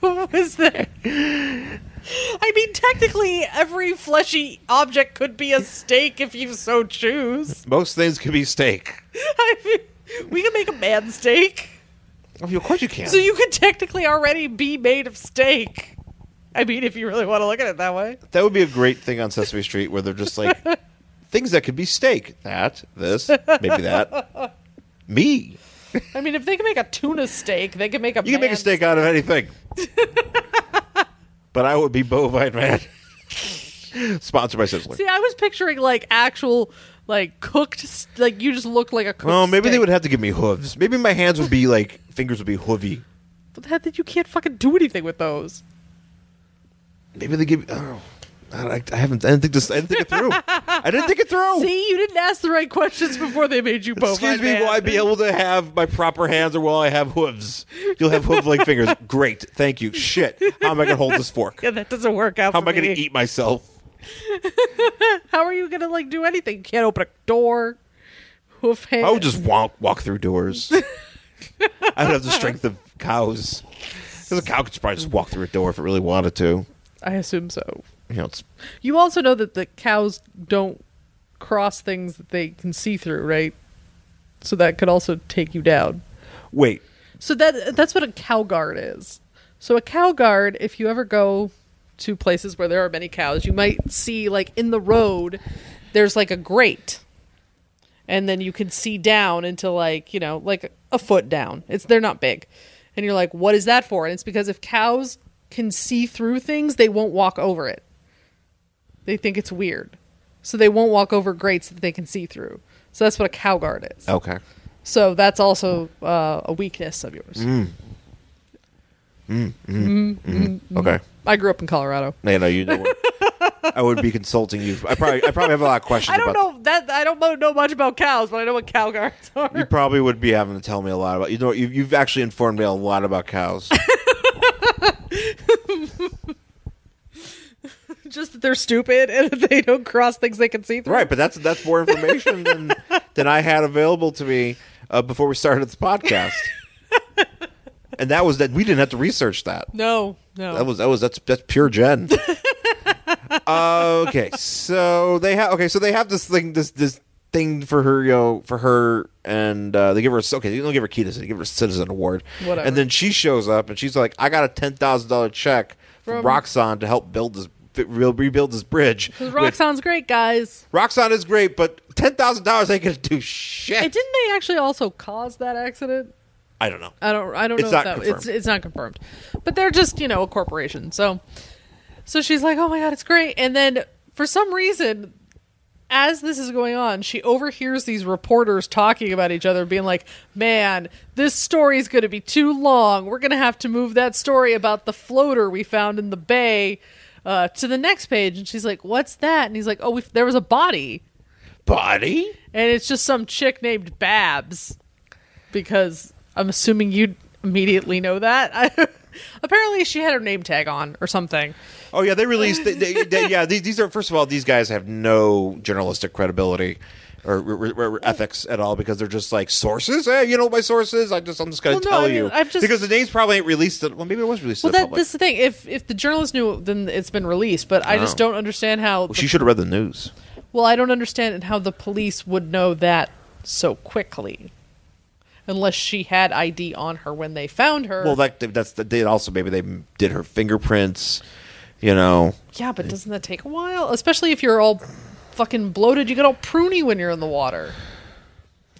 Speaker 1: What was there? I mean, technically, every fleshy object could be a steak if you so choose.
Speaker 2: Most things can be steak.
Speaker 1: I mean, we can make a man steak,
Speaker 2: Oh, of course you can.
Speaker 1: so you could technically already be made of steak. I mean, if you really want to look at it that way.
Speaker 2: That would be a great thing on Sesame Street where they're just like things that could be steak. That, this, maybe that. Me.
Speaker 1: I mean, if they can make a tuna steak, they can make a.
Speaker 2: You can make a
Speaker 1: man
Speaker 2: steak out of anything. but I would be bovine man. Sponsored by Sizzler.
Speaker 1: See, I was picturing like actual, like cooked, s- like you just looked like a. Cooked
Speaker 2: Oh, maybe they
Speaker 1: steak.
Speaker 2: would have to give me hooves. Maybe my hands would be like fingers would be hoovy.
Speaker 1: But that, that you can't fucking do anything with those.
Speaker 2: Maybe they give. Oh, I, I haven't. I didn't think this. I didn't think it through. I didn't think it through.
Speaker 1: See, you didn't ask the right questions before they made you bovine.
Speaker 2: Oh. Excuse me,
Speaker 1: man.
Speaker 2: will I be able to have my proper hands or will I have hooves? You'll have hoof like fingers. Great. Thank you. Shit. How am I going to hold this fork?
Speaker 1: Yeah, that doesn't work out.
Speaker 2: How
Speaker 1: for
Speaker 2: am I going
Speaker 1: me.
Speaker 2: to eat myself?
Speaker 1: How are you gonna like do anything? You can't open a door. Hoof hand.
Speaker 2: I would just walk, walk through doors. I would have the strength of cows. Because a cow could probably just walk through a door if it really wanted to.
Speaker 1: I assume so.
Speaker 2: You know, it's,
Speaker 1: You also know that the cows don't cross things that they can see through, right? So that could also take you down.
Speaker 2: wait.
Speaker 1: So that that's what a cow guard is. So a cow guard, if you ever go to places where there are many cows, you might see like in the road there's like a grate. And then you can see down into like, you know, like a foot down. It's they're not big. And you're like, "What is that for?" And it's because if cows can see through things, they won't walk over it. They think it's weird. So they won't walk over grates that they can see through. So that's what a cow guard is.
Speaker 2: Okay.
Speaker 1: So that's also uh, a weakness of yours. Mm-hmm.
Speaker 2: Okay.
Speaker 1: I grew up in Colorado.
Speaker 2: No, no, you know what? I would be consulting you. I probably, I probably have a lot of questions
Speaker 1: I don't
Speaker 2: about
Speaker 1: know that I don't know much about cows, but I know what cow guards are.
Speaker 2: You probably would be having to tell me a lot about you know you, you've actually informed me a lot about cows.
Speaker 1: Just that they're stupid and that they don't cross things they can see through.
Speaker 2: Right, but that's that's more information than than I had available to me uh, before we started this podcast. and that was that we didn't have to research that.
Speaker 1: No, no.
Speaker 2: That was that was that's that's pure Jen. Uh, okay, so they have okay, so they have this thing, this this thing for her, you know, for her, and uh, they give her a- okay, they don't give her a key to they give her a citizen award,
Speaker 1: Whatever.
Speaker 2: and then she shows up and she's like, I got a ten thousand dollar check from,
Speaker 1: From-
Speaker 2: Roxxon to help build this. fi- re- Rebuild this bridge.
Speaker 1: Rock sounds great, guys.
Speaker 2: Roxxon is great, but ten thousand dollars ain't gonna do shit.
Speaker 1: And didn't they actually also cause that accident?
Speaker 2: I don't know.
Speaker 1: I don't. I don't
Speaker 2: It's
Speaker 1: know.
Speaker 2: not
Speaker 1: if that,
Speaker 2: confirmed.
Speaker 1: It's it's not confirmed, but they're just you know a corporation. So, so she's like, oh my god, it's great. And then for some reason, as this is going on, she overhears these reporters talking about each other, being like, man, this story is going to be too long. We're going to have to move that story about the floater we found in the bay. Uh, to the next page, and she's like, "What's that?" And he's like, "Oh, we, there was a body,
Speaker 2: Body?
Speaker 1: and it's just some chick named Babs. Because I'm assuming you'd immediately know that. I, apparently, she had her name tag on or something.
Speaker 2: Oh yeah, they released. They, they, they, yeah, these, these are first of all, these guys have no journalistic credibility or, or- or- or ethics at all because they're just like sources. Hey, you know my sources. I just I'm just gonna
Speaker 1: Well, no,
Speaker 2: tell
Speaker 1: I mean,
Speaker 2: you
Speaker 1: I've just-
Speaker 2: because the names probably ain't released. To, well, maybe it was released
Speaker 1: Well,
Speaker 2: to the
Speaker 1: that,
Speaker 2: public.
Speaker 1: that's the thing. If if the journalist knew, then it's been released. But I just
Speaker 2: Oh.
Speaker 1: don't understand how.
Speaker 2: Well,
Speaker 1: The,
Speaker 2: she should have read the news.
Speaker 1: well, I don't understand how the police would know that so quickly, unless she had ID on her when they found her.
Speaker 2: Well, that that's the did also maybe they did her fingerprints. You know,
Speaker 1: yeah, but doesn't that take a while? Especially if you're all fucking bloated, you get all pruny when you're in the water.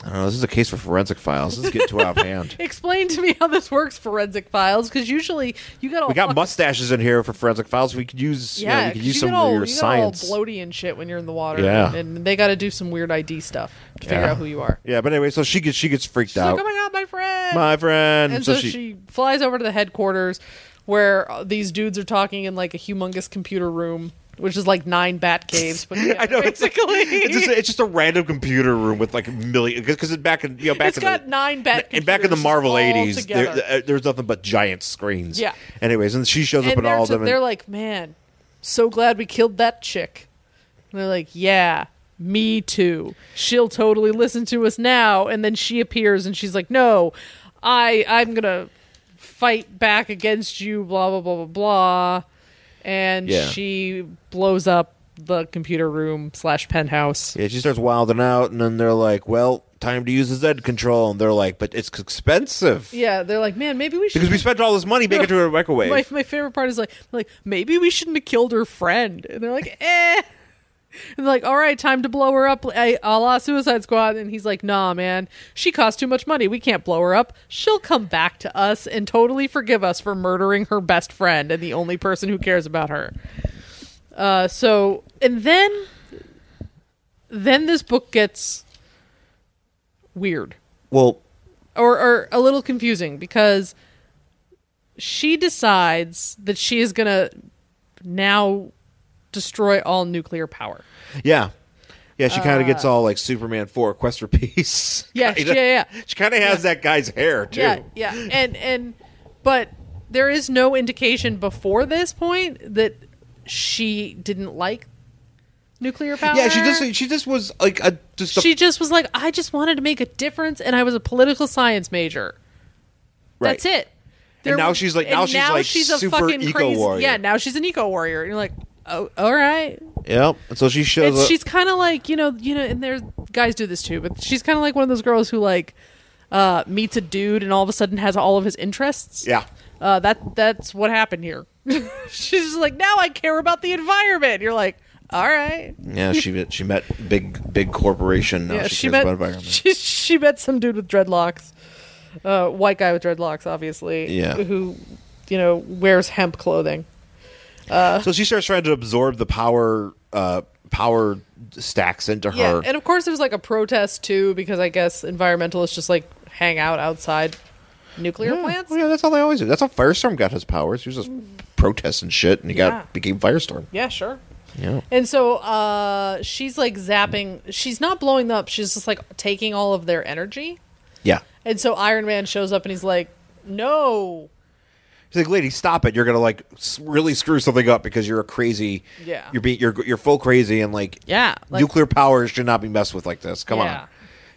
Speaker 2: I don't know. This is a case for forensic files. This is getting too out of hand.
Speaker 1: Explain to me how this works, forensic files, because usually you got all
Speaker 2: We got
Speaker 1: fucking-
Speaker 2: mustaches in here for forensic files. We could use yeah,
Speaker 1: Yeah,
Speaker 2: we could
Speaker 1: 'cause
Speaker 2: use
Speaker 1: you
Speaker 2: some
Speaker 1: get all,
Speaker 2: of your
Speaker 1: you
Speaker 2: science.
Speaker 1: Get all bloaty and shit when you're in the water.
Speaker 2: Yeah.
Speaker 1: and, and they got to do some weird ID stuff to figure
Speaker 2: Yeah.
Speaker 1: out who you are.
Speaker 2: yeah, but anyway, so she gets she gets freaked
Speaker 1: She's
Speaker 2: out.
Speaker 1: like, oh my god, my friend,
Speaker 2: my friend.
Speaker 1: and so, she, flies over to the headquarters where uh, these dudes are talking in like a humongous computer room, which is like nine bat caves. But yeah,
Speaker 2: I know it's-
Speaker 1: basically,
Speaker 2: It's just, it's just a random computer room with like a million because back in you know back
Speaker 1: It's
Speaker 2: in
Speaker 1: got
Speaker 2: the,
Speaker 1: nine bat
Speaker 2: and back in the
Speaker 1: computers
Speaker 2: Marvel
Speaker 1: all
Speaker 2: eighties there,
Speaker 1: together.
Speaker 2: uh, there's nothing but giant screens.
Speaker 1: Yeah.
Speaker 2: Anyways, and she shows up
Speaker 1: and
Speaker 2: in
Speaker 1: they're,
Speaker 2: all of
Speaker 1: t-
Speaker 2: them. and-
Speaker 1: they're like, man, so glad we killed that chick. And they're like, yeah, me too. She'll totally listen to us now. And then she appears and she's like, no, I I'm gonna fight back against you. Blah blah blah blah blah. And
Speaker 2: Yeah.
Speaker 1: she blows up the computer room slash penthouse.
Speaker 2: yeah, she starts wilding out, and then they're like, "Well, time to use the Z control," and they're like, "But it's expensive
Speaker 1: Yeah, they're like, man, maybe we should
Speaker 2: because we spent all this money making it to a microwave."
Speaker 1: My, my favorite part is like like maybe we shouldn't have killed her friend, and they're like, eh. And they're like, all right, time to blow her up, a a la Suicide Squad. And he's like, nah, man, she cost too much money. We can't blow her up. She'll come back to us and totally forgive us for murdering her best friend and the only person who cares about her. Uh, so, and then, then this book gets weird
Speaker 2: well,
Speaker 1: or, or a little confusing because she decides that she is going to now destroy all nuclear power.
Speaker 2: yeah, yeah, she kind of gets all like Superman four, quest for peace.
Speaker 1: Uh. Yeah,
Speaker 2: Kinda.
Speaker 1: yeah, yeah.
Speaker 2: She kind of has that guy's hair too.
Speaker 1: Yeah, yeah. And and but there is no indication before this point that she didn't like nuclear power.
Speaker 2: Yeah, she just she just was like a just a
Speaker 1: she just was like, I just wanted to make a difference, and I was a political science major.
Speaker 2: Right.
Speaker 1: That's it.
Speaker 2: now
Speaker 1: was-
Speaker 2: she's like-
Speaker 1: and
Speaker 2: now she's like super eco-warrior.
Speaker 1: Yeah, now she's an eco warrior. And you're like, oh, all right.
Speaker 2: Yep. And so she shows
Speaker 1: It's,
Speaker 2: up.
Speaker 1: she's kind of like you know, you know, and there's guys do this too, but she's kind of like one of those girls who like uh, meets a dude and all of a sudden has all of his interests.
Speaker 2: Yeah.
Speaker 1: uh, that that's what happened here. she's just like, now I care about the environment. You're like, all right.
Speaker 2: Yeah, she she met big big corporation. Now
Speaker 1: Yeah,
Speaker 2: she,
Speaker 1: she
Speaker 2: cares
Speaker 1: met
Speaker 2: about environment.
Speaker 1: she, she met some dude with dreadlocks, uh, white guy with dreadlocks, obviously.
Speaker 2: Yeah.
Speaker 1: who you know wears hemp clothing.
Speaker 2: So she starts trying to absorb the power uh, power stacks into her.
Speaker 1: Yeah, and of course there's like a protest too because I guess environmentalists just like hang out outside nuclear
Speaker 2: yeah.
Speaker 1: plants. Mm.
Speaker 2: Well, yeah, that's all they always do. That's how Firestorm got his powers. He was just protesting shit, and he
Speaker 1: Yeah.
Speaker 2: got became Firestorm.
Speaker 1: Yeah, sure.
Speaker 2: Yeah.
Speaker 1: And so uh, she's like zapping. She's not blowing up. She's just like taking all of their energy.
Speaker 2: Yeah.
Speaker 1: And so Iron Man shows up and he's like, "No,
Speaker 2: He's like, "Lady, stop it! You're gonna like s- really screw something up because you're a crazy.
Speaker 1: Yeah.
Speaker 2: You're being you're you're full crazy and like
Speaker 1: Yeah, like-
Speaker 2: nuclear power should not be messed with like this. Come
Speaker 1: Yeah.
Speaker 2: on.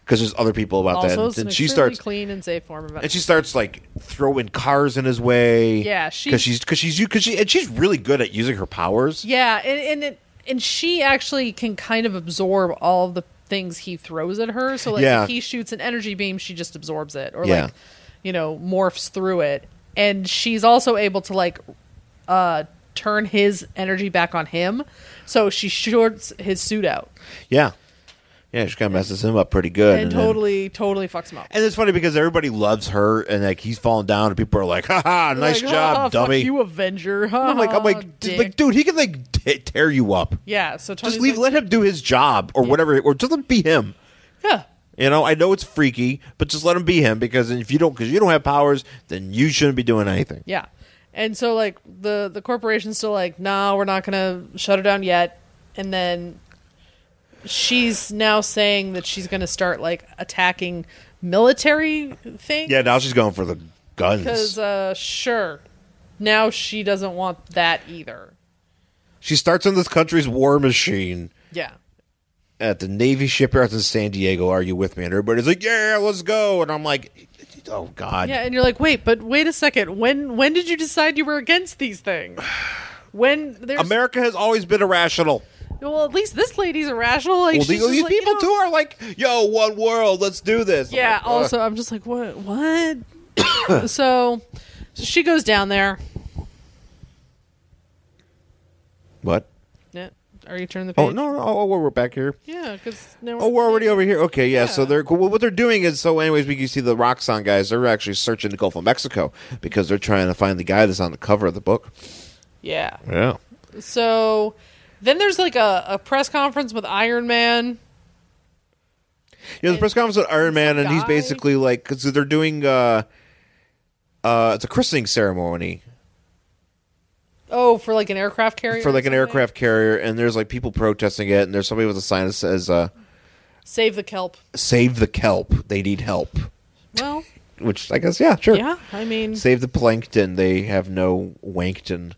Speaker 2: because there's other people about
Speaker 1: also,
Speaker 2: that.
Speaker 1: it's
Speaker 2: And
Speaker 1: an
Speaker 2: she
Speaker 1: extremely
Speaker 2: starts
Speaker 1: clean and safe form of
Speaker 2: and
Speaker 1: it.
Speaker 2: she starts like throwing cars in his way.
Speaker 1: Yeah, she's-
Speaker 2: because she's because she's because she and she's really good at using her powers.
Speaker 1: Yeah, and and, it, and she actually can kind of absorb all the things he throws at her. So like
Speaker 2: Yeah.
Speaker 1: if he shoots an energy beam, she just absorbs it, or
Speaker 2: Yeah.
Speaker 1: like you know morphs through it, and she's also able to like uh turn his energy back on him. So she shorts his suit out
Speaker 2: Yeah, yeah, she kind of messes him up pretty good.
Speaker 1: and,
Speaker 2: then-
Speaker 1: totally totally fucks him up.
Speaker 2: And it's funny because everybody loves her, and like he's falling down, and people are like, "Ha ha, nice
Speaker 1: Like,
Speaker 2: job,
Speaker 1: "Ah, fuck
Speaker 2: dummy." Oh
Speaker 1: you Avenger. Ha,
Speaker 2: I'm like, I'm
Speaker 1: ha,
Speaker 2: like, d-
Speaker 1: dick.
Speaker 2: like, dude, he can like t- tear you up.
Speaker 1: yeah. So Tony's
Speaker 2: Just leave,
Speaker 1: like,
Speaker 2: let him do his job or whatever, or just let him be him.
Speaker 1: yeah.
Speaker 2: You know, I know it's freaky, but just let him be him because if you don't, because you don't have powers, then you shouldn't be doing anything.
Speaker 1: Yeah. And so like the the corporation's still like, nah, we're not gonna shut her down yet. And then she's now saying that she's gonna start like attacking military things.
Speaker 2: Yeah, now she's going for the
Speaker 1: Because
Speaker 2: guns.
Speaker 1: uh, sure, now she doesn't want that either.
Speaker 2: she starts on this country's war machine
Speaker 1: Yeah.
Speaker 2: at the Navy shipyards in San Diego. Are you with me? And everybody's like, "Yeah, let's go." And I'm like, "Oh God."
Speaker 1: Yeah, and you're like, wait, but wait a second. When when did you decide you were against these things? When there's
Speaker 2: America has always been irrational.
Speaker 1: well, at least this lady's irrational. Like,
Speaker 2: Well,
Speaker 1: she's
Speaker 2: these,
Speaker 1: just
Speaker 2: these
Speaker 1: like, you
Speaker 2: people
Speaker 1: know-
Speaker 2: too are like, "Yo, one world, let's do this." I'm
Speaker 1: Yeah.
Speaker 2: like, "Ugh."
Speaker 1: Also, I'm just like, what? What? so, so she goes down there.
Speaker 2: what?
Speaker 1: Yeah. Are you turning the page?
Speaker 2: Oh no! no, Oh, oh, we're back here.
Speaker 1: Yeah, because now.
Speaker 2: Oh, we're already over here. Okay, yeah. So
Speaker 1: Yeah.
Speaker 2: they're cool. Well, what they're doing is so. Anyways, we can see the Roxxon guys. They're actually searching the Gulf of Mexico because they're trying to find the guy that's on the cover of the book.
Speaker 1: Yeah.
Speaker 2: Yeah.
Speaker 1: So, then there's like a, a press conference with Iron Man.
Speaker 2: Yeah, the press conference with Iron Man, and he's
Speaker 1: guy-
Speaker 2: basically like, because they're doing, uh, uh, it's a christening ceremony
Speaker 1: Oh, for like an aircraft carrier.
Speaker 2: for like
Speaker 1: or
Speaker 2: an
Speaker 1: something?
Speaker 2: aircraft carrier, and there's like people protesting it, and there's somebody with a sign that says, uh,
Speaker 1: Save the kelp.
Speaker 2: "Save the kelp, they need help,"
Speaker 1: Well,
Speaker 2: which I guess, yeah, sure,
Speaker 1: yeah. I mean,
Speaker 2: Save the plankton, they have no wankton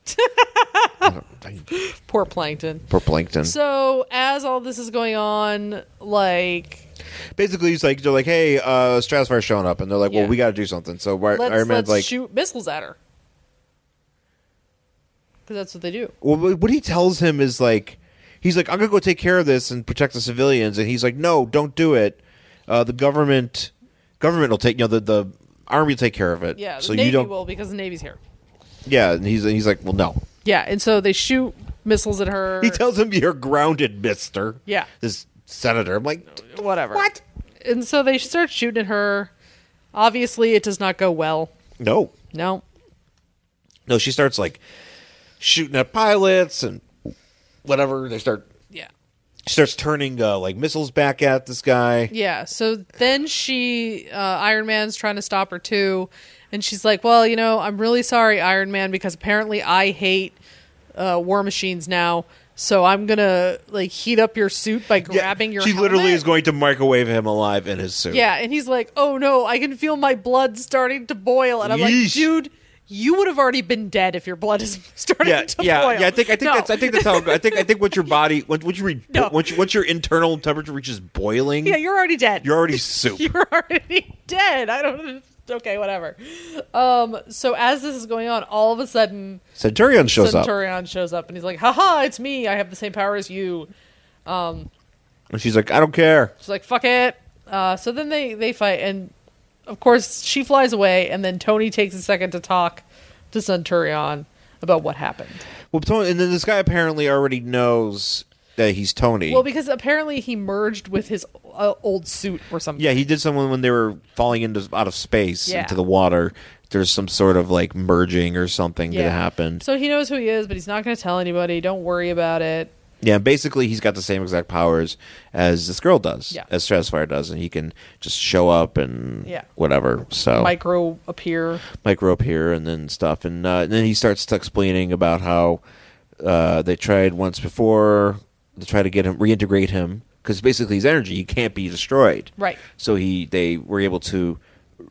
Speaker 1: poor plankton.
Speaker 2: for plankton.
Speaker 1: So, as all this is going on, like,
Speaker 2: basically he's like they're like hey uh Stratisfire's showing up and they're like well
Speaker 1: Yeah.
Speaker 2: we got to do something so Ri-
Speaker 1: let's,
Speaker 2: iron man's
Speaker 1: let's
Speaker 2: like
Speaker 1: shoot missiles at her. Because that's what they do.
Speaker 2: well, wh- what he tells him is like he's like i'm gonna go take care of this and protect the civilians and he's like no don't do it uh the government government will take you know the the army will take care of it
Speaker 1: Yeah, the
Speaker 2: so
Speaker 1: Navy
Speaker 2: you don't
Speaker 1: will because the Navy's here.
Speaker 2: yeah and he's and he's like well no
Speaker 1: Yeah, and so they shoot missiles at her.
Speaker 2: he tells him you're grounded mister
Speaker 1: Yeah.
Speaker 2: this senator i'm like
Speaker 1: whatever. What? And so they start shooting at her. Obviously, it does not go well.
Speaker 2: no
Speaker 1: No.
Speaker 2: no she starts like shooting at pilots and whatever they start
Speaker 1: Yeah.
Speaker 2: she starts turning uh, like missiles back at this guy.
Speaker 1: Yeah. So then she, uh, Iron Man's trying to stop her too, and she's like, "Well, you know, I'm really sorry, Iron Man, because apparently I hate uh, war machines now." So I'm gonna like heat up your suit by grabbing your.
Speaker 2: she literally
Speaker 1: helmet."
Speaker 2: is going to microwave him alive in his suit.
Speaker 1: Yeah, and he's like, "Oh no, I can feel my blood starting to boil," and I'm like,
Speaker 2: Yeesh.
Speaker 1: "Dude, you would have already been dead if your blood is starting
Speaker 2: yeah,
Speaker 1: to
Speaker 2: yeah,
Speaker 1: boil."
Speaker 2: yeah. I think I think
Speaker 1: No.
Speaker 2: that's I think that's how it goes. I think I think once your body once, once you re-
Speaker 1: No.
Speaker 2: once you, once your internal temperature reaches boiling,
Speaker 1: yeah, you're already dead.
Speaker 2: you're already soup.
Speaker 1: You're already dead. I don't. Okay, whatever. Um, so as this is going on, all of a sudden,
Speaker 2: Centurion shows up,
Speaker 1: Centurion shows up and he's like, "Haha, it's me. I have the same power as you."
Speaker 2: and she's like, "I don't care."
Speaker 1: She's like, "Fuck it." Uh, so then they they fight, and of course she flies away, and then Tony takes a second to talk to Centurion about what happened.
Speaker 2: Well, Tony, and then this guy apparently already knows that he's Tony.
Speaker 1: Well, because apparently he merged with his uh, old suit or something.
Speaker 2: yeah, he did someone when they were falling into out of space
Speaker 1: Yeah.
Speaker 2: into the water. There's some sort of like merging or something that happened.
Speaker 1: So he knows who he is, but he's not going to tell anybody. Don't worry about it.
Speaker 2: Yeah, basically he's got the same exact powers as this girl does,
Speaker 1: Yeah.
Speaker 2: as Stratisfire does, and he can just show up and
Speaker 1: Yeah.
Speaker 2: whatever. So
Speaker 1: Micro appear.
Speaker 2: micro appear and then stuff, and, uh, and then he starts t- explaining about how uh, they tried once before to try to get him reintegrate him because basically his energy he can't be destroyed.
Speaker 1: Right.
Speaker 2: So he they were able to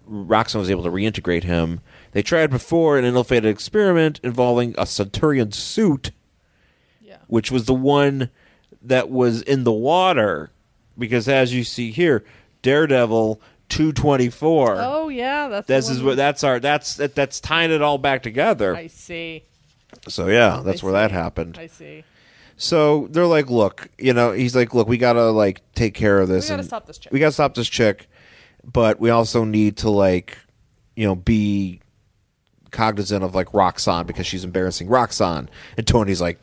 Speaker 2: Roxanne was able to reintegrate him. They tried before in an ill-fated experiment involving a Centurion suit
Speaker 1: Yeah.
Speaker 2: which was the one that was in the water because as you see here Daredevil 224.
Speaker 1: Oh yeah, that's the
Speaker 2: This is
Speaker 1: one.
Speaker 2: what that's our that's that, that's tying it all back together.
Speaker 1: I see.
Speaker 2: So yeah, that's
Speaker 1: I
Speaker 2: where that
Speaker 1: see.
Speaker 2: happened.
Speaker 1: I see.
Speaker 2: So they're like, look, you know, he's like, look, we gotta like take care of this.
Speaker 1: We gotta
Speaker 2: and
Speaker 1: stop this chick.
Speaker 2: We gotta stop this chick, but we also need to like, you know, be cognizant of like Roxanne because she's embarrassing Roxanne. And Tony's like,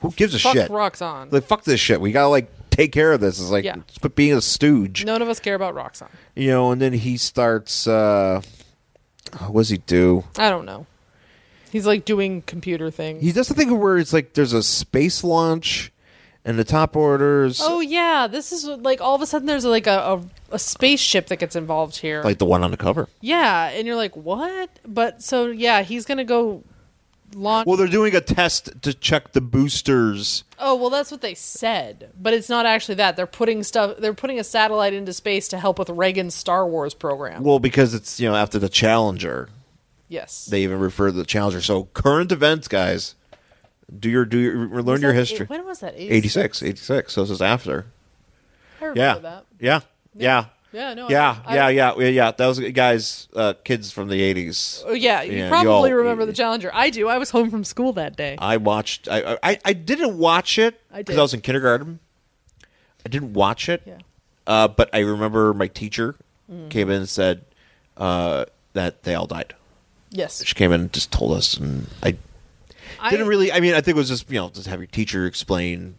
Speaker 2: who gives a
Speaker 1: Fuck
Speaker 2: shit?
Speaker 1: Roxanne.
Speaker 2: Like, fuck this shit. We gotta like take care of this. It's like
Speaker 1: Yeah.
Speaker 2: quit being a stooge,
Speaker 1: None of us care about Roxanne.
Speaker 2: you know. And then he starts. uh What does he do?
Speaker 1: I don't know. He's like doing computer things.
Speaker 2: He does the thing where it's like there's a space launch, and the top orders.
Speaker 1: oh yeah, this is like all of a sudden there's like a, a, a spaceship that gets involved here.
Speaker 2: Like the one on the cover.
Speaker 1: yeah, and you're like what? But so yeah, he's gonna go launch.
Speaker 2: Well, they're doing a test to check the boosters.
Speaker 1: oh well, that's what they said, but it's not actually that. They're putting stuff. They're putting a satellite into space to help with Reagan's Star Wars program.
Speaker 2: Well, because it's you know after the Challenger,
Speaker 1: yes,
Speaker 2: they even refer to the Challenger. So current events, guys, do your do your learn
Speaker 1: Was
Speaker 2: your
Speaker 1: that-
Speaker 2: history.
Speaker 1: When was that?
Speaker 2: 86, 86. So this is after.
Speaker 1: I remember
Speaker 2: Yeah.
Speaker 1: that.
Speaker 2: yeah, yeah,
Speaker 1: Yeah, no, I-
Speaker 2: Oh, yeah,
Speaker 1: I-
Speaker 2: yeah, yeah, yeah, yeah. That was guys, uh, kids from the eighties.
Speaker 1: Oh yeah, you
Speaker 2: Yeah, you
Speaker 1: probably
Speaker 2: all-
Speaker 1: remember the Challenger. I do. I was home from school that day.
Speaker 2: I watched. I I, I didn't watch it
Speaker 1: I
Speaker 2: because
Speaker 1: did.
Speaker 2: I was in kindergarten. I didn't watch it.
Speaker 1: Yeah. Mm-hmm.
Speaker 2: Uh, but I remember my teacher came in and said uh, that they all died.
Speaker 1: yes,
Speaker 2: She came in and just told us, and I
Speaker 1: I
Speaker 2: didn't really. I mean, I think it was just you know just have your teacher explain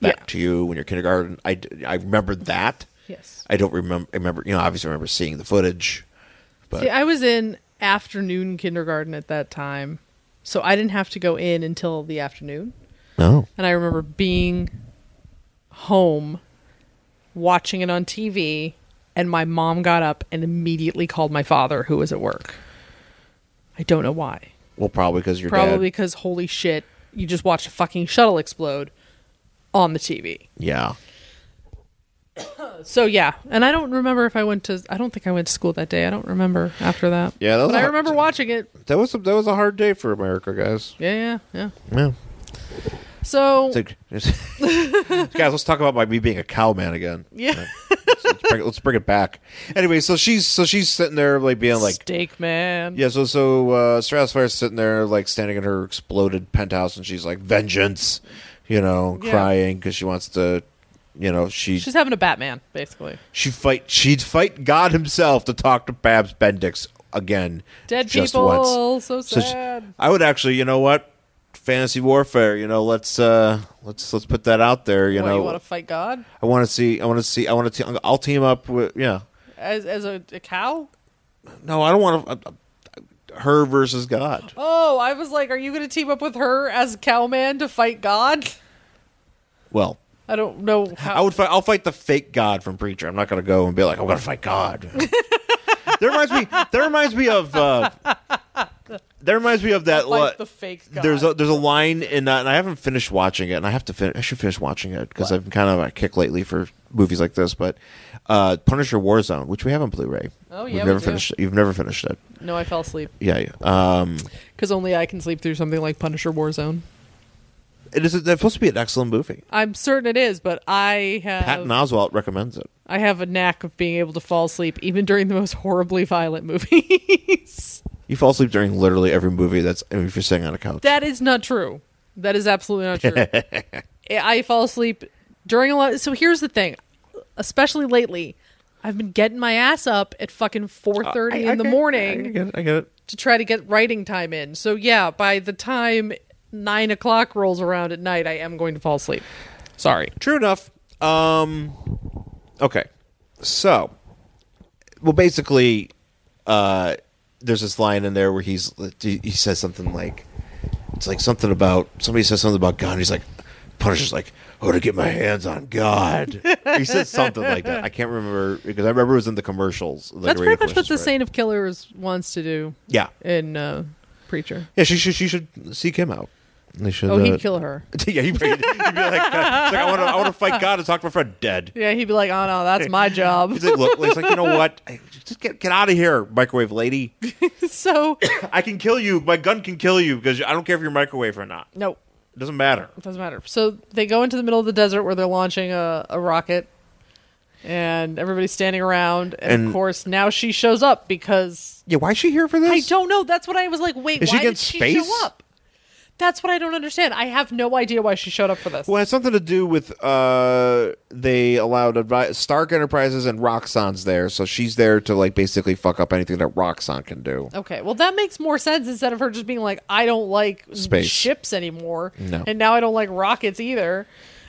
Speaker 2: that
Speaker 1: Yeah.
Speaker 2: to you when you're kindergarten. I d- I remember that.
Speaker 1: Yes.
Speaker 2: I don't remember. Remember you know obviously I remember seeing the footage, but
Speaker 1: See, I was in afternoon kindergarten at that time, so I didn't have to go in until the afternoon.
Speaker 2: no.
Speaker 1: And I remember being home, watching it on TV, and my mom got up and immediately called my father, who was at work. I don't know why.
Speaker 2: Well, probably because you're
Speaker 1: Probably
Speaker 2: probably
Speaker 1: because holy shit, you just watched a fucking shuttle explode on the TV.
Speaker 2: yeah.
Speaker 1: So yeah, and I don't remember if I went to. I don't think I went to school that day. I don't remember after that.
Speaker 2: Yeah, that was
Speaker 1: but
Speaker 2: a
Speaker 1: I
Speaker 2: hard
Speaker 1: remember
Speaker 2: time.
Speaker 1: watching it.
Speaker 2: That was a, that was a hard day for America, guys.
Speaker 1: Yeah, yeah, yeah.
Speaker 2: Yeah.
Speaker 1: So
Speaker 2: It's like- it's- guys, let's talk about my me being a cowman again.
Speaker 1: yeah,
Speaker 2: Let's, let's bring, it- let's bring it back. Anyway, so she's so she's sitting there like being like,
Speaker 1: steak man.
Speaker 2: yeah. So so uh, Strassfire's sitting there like standing in her exploded penthouse, and she's like, vengeance, you know,
Speaker 1: Yeah.
Speaker 2: crying because she wants to, you know, she
Speaker 1: she's having a Batman basically.
Speaker 2: she fight she'd fight God himself to talk to Babs Bendix again.
Speaker 1: Dead
Speaker 2: just
Speaker 1: people, Oh,
Speaker 2: once.
Speaker 1: so
Speaker 2: she-
Speaker 1: sad.
Speaker 2: I would actually, you know what, fantasy warfare. You know, let's uh let's let's put that out there. You
Speaker 1: what,
Speaker 2: know,
Speaker 1: you want to fight God
Speaker 2: I want to see. I want to see. I want to. Te- I'll team up with. Yeah.
Speaker 1: as as a, a cow?
Speaker 2: No, I don't want to. her versus God.
Speaker 1: Oh, I was like, are you going to team up with her as cowman to fight God?
Speaker 2: Well,
Speaker 1: I don't know. How.
Speaker 2: I would. Fight, I'll fight the fake God from Preacher. I'm not going to go and be like, I'm going to fight God. that reminds me. That reminds me of. Uh, that reminds me of that.
Speaker 1: Like
Speaker 2: li-
Speaker 1: the fake God.
Speaker 2: There's a there's a line in uh, and I haven't finished watching it and I have to finish I should finish watching it because I've been kind of on a kick lately for movies like this but uh, Punisher Warzone which we have on Blu-ray
Speaker 1: Oh,
Speaker 2: We've
Speaker 1: yeah, we
Speaker 2: never
Speaker 1: do.
Speaker 2: finished it. you've never finished it
Speaker 1: no, I fell asleep
Speaker 2: yeah, yeah. um
Speaker 1: because only I can sleep through something like Punisher Warzone.
Speaker 2: It is. That's supposed to be an excellent movie.
Speaker 1: I'm certain it is, but I have
Speaker 2: Patton Oswalt recommends it.
Speaker 1: I have a knack of being able to fall asleep even during the most horribly violent movies.
Speaker 2: You fall asleep during literally every movie that's I mean, if you're sitting on a couch.
Speaker 1: that is not true. That is absolutely not true. I I fall asleep during a lot. So here's the thing, especially lately, I've been getting my ass up at fucking four thirty
Speaker 2: Uh, I- I
Speaker 1: in the
Speaker 2: get-
Speaker 1: morning
Speaker 2: I get it. I get it.
Speaker 1: to try to get writing time in. So yeah, by the time nine o'clock rolls around at night, I am going to fall asleep. Sorry.
Speaker 2: True enough. Um, okay. So, well, basically, uh, there's this line in there where he's he he says something like, it's like something about somebody says something about God. And he's like, Punisher's like, oh, to get my hands on God. he said something like that. I can't remember because I remember it was in the commercials. like
Speaker 1: That's
Speaker 2: radio
Speaker 1: pretty much what
Speaker 2: commercials
Speaker 1: the
Speaker 2: for it.
Speaker 1: Saint of Killers wants to do
Speaker 2: Yeah.
Speaker 1: in uh, Preacher.
Speaker 2: Yeah, she should. She should seek him out. They should.
Speaker 1: Oh,
Speaker 2: uh,
Speaker 1: he'd kill her.
Speaker 2: yeah, he'd be, he'd be like, uh, it's like, I want to. I want to fight God and talk to my friend dead.
Speaker 1: Yeah, he'd be like, "Oh no, that's my job."
Speaker 2: He's like, look, he's like, you know what? I- Just get get out of here, microwave lady.
Speaker 1: so
Speaker 2: I can kill you. My gun can kill you because I don't care if you're microwave or not.
Speaker 1: no,
Speaker 2: It doesn't matter.
Speaker 1: doesn't matter. So they go into the middle of the desert where they're launching a, a rocket, and everybody's standing around. And,
Speaker 2: And-
Speaker 1: of course, now she shows up because
Speaker 2: Yeah, why is she here for this?
Speaker 1: I don't know. That's what I was like. Wait,
Speaker 2: Is she
Speaker 1: why did
Speaker 2: against
Speaker 1: she
Speaker 2: space?
Speaker 1: show up? That's what I don't understand. I have no idea why she showed up for this.
Speaker 2: Well, it has something to do with uh, they allowed advi- Stark Enterprises and Roxxon's there, so she's there to like basically fuck up anything that Roxxon can do.
Speaker 1: Okay, well that makes more sense instead of her just being like, I don't like
Speaker 2: Space.
Speaker 1: ships anymore,
Speaker 2: No.
Speaker 1: and now I don't like rockets either.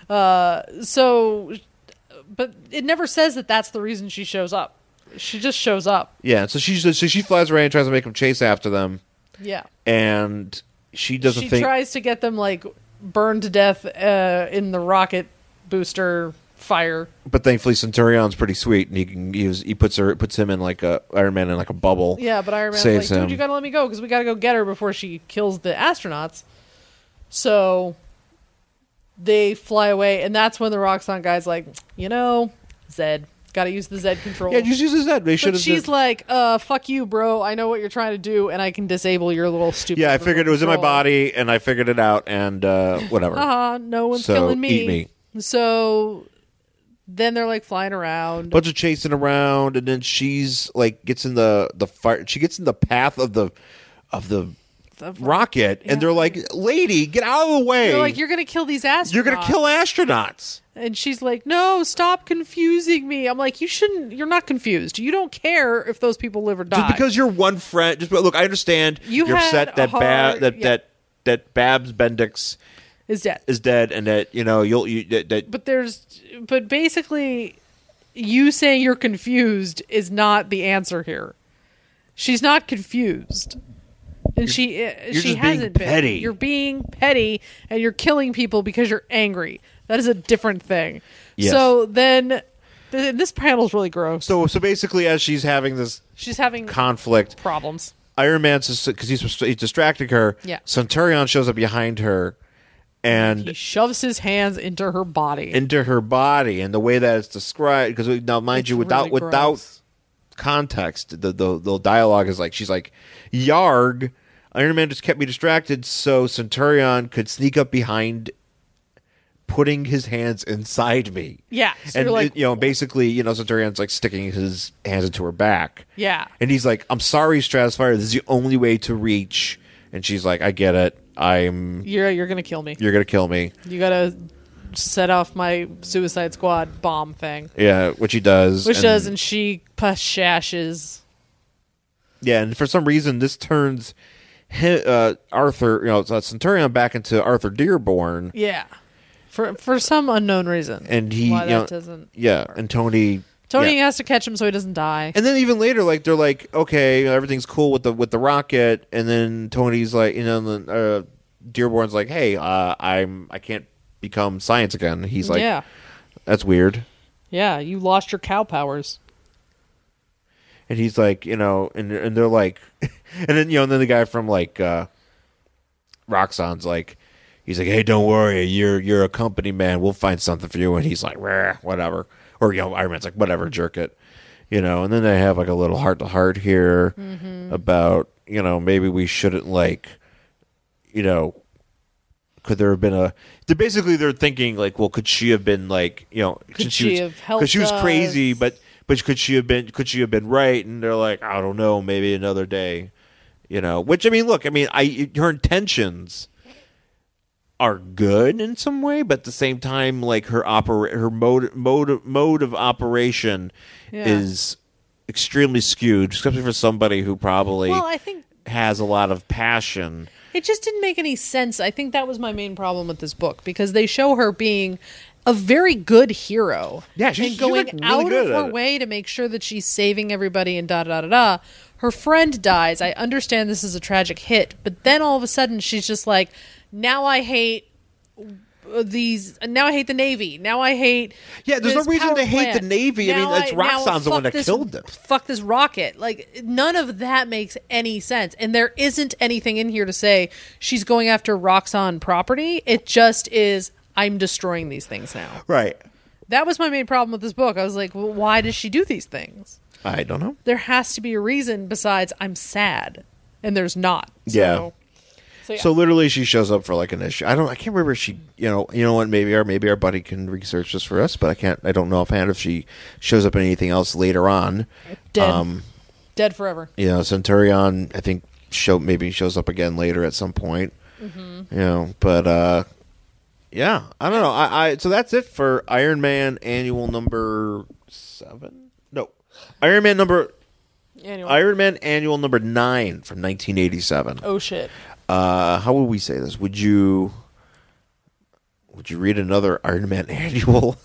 Speaker 1: Uh, so, but it never says that that's the reason she shows up. She just shows up.
Speaker 2: Yeah, so she so she flies around and tries to make them chase after them,
Speaker 1: Yeah,
Speaker 2: and she does
Speaker 1: she
Speaker 2: a thing.
Speaker 1: tries to get them like burned to death uh, in the rocket booster fire.
Speaker 2: but thankfully, Centurion's pretty sweet, and he can use he puts her puts him in like a Iron Man in like a bubble.
Speaker 1: Yeah, but Iron Man's
Speaker 2: Saves
Speaker 1: like,
Speaker 2: him.
Speaker 1: dude, you gotta let me go because we gotta go get her before she kills the astronauts. So they fly away, and that's when the Roxxon guy's like, you know, Zed, gotta use the Zed control.
Speaker 2: yeah, just uses that. They should
Speaker 1: but
Speaker 2: have.
Speaker 1: she's like, uh, fuck you, bro. I know what you're trying to do, and I can disable your little stupid.
Speaker 2: yeah, I figured it was in my
Speaker 1: control."
Speaker 2: body, and I figured it out, and uh, whatever.
Speaker 1: Uh-huh, no one's
Speaker 2: So,
Speaker 1: killing
Speaker 2: eat
Speaker 1: me. So then they're like flying around.
Speaker 2: bunch of chasing around and then she's like gets in the the fire she gets in the path of the of the
Speaker 1: Of-
Speaker 2: rocket and they're like lady get out of the way
Speaker 1: they're like, you're gonna kill these astronauts.
Speaker 2: You're gonna kill astronauts
Speaker 1: And she's like, "No, stop confusing me." I'm like, "You shouldn't. You're not confused. You don't care if those people live or die."
Speaker 2: just because you're one friend just but look i understand
Speaker 1: You
Speaker 2: are
Speaker 1: had
Speaker 2: upset that
Speaker 1: a
Speaker 2: Bab
Speaker 1: hard-
Speaker 2: that,
Speaker 1: yeah.
Speaker 2: that that babs bendix
Speaker 1: is dead.
Speaker 2: is dead and that you know you'll you that, that
Speaker 1: but there's, but basically, you saying you're confused is not the answer here. She's not confused, and she uh, she
Speaker 2: just being
Speaker 1: hasn't
Speaker 2: petty.
Speaker 1: been. You're being petty, and you're killing people because you're angry. That is a different thing.
Speaker 2: Yes.
Speaker 1: So then, th- this panel's really gross.
Speaker 2: so so basically as she's having this
Speaker 1: She's having
Speaker 2: conflict
Speaker 1: problems.
Speaker 2: Iron Man's because he's, he's distracting her.
Speaker 1: Yeah.
Speaker 2: Centurion shows up behind her, and
Speaker 1: He shoves his hands into her body.
Speaker 2: into her body and the way that it's described because now mind
Speaker 1: It's
Speaker 2: you without
Speaker 1: really
Speaker 2: without
Speaker 1: gross.
Speaker 2: context the, the the dialogue is like she's like yarg iron man just kept me distracted so centurion could sneak up behind putting his hands inside me
Speaker 1: Yeah, so
Speaker 2: and
Speaker 1: you're like-
Speaker 2: it- you know basically you know centurion's like sticking his hands into her back
Speaker 1: Yeah.
Speaker 2: and he's like i'm sorry stratisfire this is the only way to reach and she's like i get it i'm
Speaker 1: you're you're gonna kill me.
Speaker 2: you're gonna kill me
Speaker 1: You gotta set off my Suicide Squad bomb thing,
Speaker 2: yeah which he does
Speaker 1: which
Speaker 2: and-
Speaker 1: does, and she pashashes.
Speaker 2: Yeah, and for some reason, this turns hi- uh, Arthur, you know, uh, Centurion back into Arthur Dearborn,
Speaker 1: Yeah, for for some unknown reason.
Speaker 2: and he,
Speaker 1: why
Speaker 2: you
Speaker 1: that
Speaker 2: know,
Speaker 1: doesn't.
Speaker 2: yeah, and Tony,
Speaker 1: Tony
Speaker 2: yeah.
Speaker 1: has to catch him so he doesn't die.
Speaker 2: and then even later, like they're like, okay, you know, everything's cool with the with the rocket, and then Tony's like, you know, and then, uh, Dearborn's like, hey, uh, I'm I can't become science again. He's like,
Speaker 1: yeah,
Speaker 2: that's weird.
Speaker 1: yeah, you lost your cow powers.
Speaker 2: and he's like, you know, and and they're like, and then you know, and then the guy from like uh, Roxxon's like, he's like, hey, don't worry, you're you're a company man, we'll find something for you, and he's like, "Rah, whatever, or you know, Iron Man's like, whatever, jerk it, you know, and then they have like a little heart to heart here about you know maybe we shouldn't like, you know. Could there have been a? They're basically they're thinking like, well, could she have been like, you know,
Speaker 1: Could
Speaker 2: since
Speaker 1: she
Speaker 2: was-
Speaker 1: have
Speaker 2: Because she was
Speaker 1: helped
Speaker 2: crazy,
Speaker 1: us?
Speaker 2: but but could she have been could she have been right and they're like i don't know maybe another day you know which i mean look i mean i her intentions are good in some way but at the same time like her opera her mode mode mode of operation
Speaker 1: Yeah.
Speaker 2: is extremely skewed especially for somebody who probably
Speaker 1: Well, I think
Speaker 2: has a lot of passion
Speaker 1: It just didn't make any sense. I think that was my main problem with this book because they show her being a very good hero.
Speaker 2: Yeah, she's-
Speaker 1: and
Speaker 2: she's,
Speaker 1: going
Speaker 2: like, really
Speaker 1: out
Speaker 2: good
Speaker 1: of
Speaker 2: at
Speaker 1: her
Speaker 2: it.
Speaker 1: way to make sure that she's saving everybody and da da da da. da. Her friend dies. I understand this is a tragic hit, but then all of a sudden she's just like, now I hate uh, these now i hate the navy now i hate
Speaker 2: Yeah, there's no
Speaker 1: this
Speaker 2: reason
Speaker 1: power
Speaker 2: to hate the
Speaker 1: plant.
Speaker 2: Navy. I mean,
Speaker 1: Now
Speaker 2: it's
Speaker 1: now
Speaker 2: Roxxon's the
Speaker 1: fuck
Speaker 2: one that
Speaker 1: this-
Speaker 2: killed them.
Speaker 1: fuck this rocket like none of that makes any sense and there isn't anything in here to say she's going after roxxon property it just is i'm destroying these things now
Speaker 2: right
Speaker 1: that was my main problem with this book i was like well, why does she do these things
Speaker 2: i don't know
Speaker 1: there has to be a reason besides i'm sad and there's not
Speaker 2: Yeah.
Speaker 1: So- So, yeah.
Speaker 2: So literally, she shows up for like an issue. I don't. I can't remember if she. You know. You know what? Maybe our maybe our buddy can research this for us, but I can't. I don't know offhand if she shows up in anything else later on.
Speaker 1: dead,
Speaker 2: um,
Speaker 1: dead forever.
Speaker 2: You know, Centurion. I think show maybe shows up again later at some point. You know, but uh, yeah, I don't know. I, I so that's it for Iron Man annual number seven. No, Iron Man number
Speaker 1: Anyway,
Speaker 2: Iron Man annual number nine from 1987.
Speaker 1: oh shit.
Speaker 2: Uh, how would we say this? Would you would you read another Iron Man annual?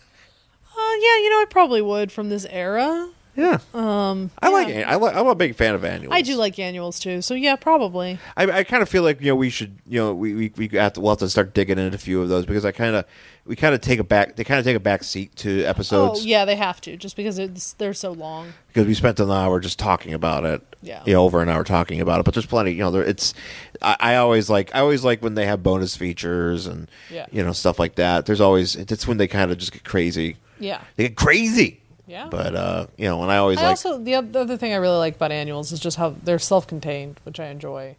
Speaker 1: Uh, yeah, you know, I probably would from this era.
Speaker 2: yeah. Um, I like an- I like I'm a big fan of annuals.
Speaker 1: I do like annuals too, so yeah, probably.
Speaker 2: I, I kind of feel like you know we should you know we we, we have to, we'll have to start digging into a few of those because I kind of we kind of take a back they kind of take a back seat to
Speaker 1: Oh
Speaker 2: episodes
Speaker 1: yeah, they have to just because it's they're so long.
Speaker 2: because we spent an hour just talking about it.
Speaker 1: Yeah.
Speaker 2: You know, over an hour talking about it, but there's plenty. You know, there, it's. I, I always like. I always like when they have bonus features and
Speaker 1: Yeah.
Speaker 2: you know stuff like that. There's always. That's when they kind of just get crazy.
Speaker 1: Yeah.
Speaker 2: They get crazy.
Speaker 1: Yeah.
Speaker 2: But uh, you know, and I always
Speaker 1: I
Speaker 2: like.
Speaker 1: also the oth- the other thing I really like about annuals is just how they're self-contained, which I enjoy.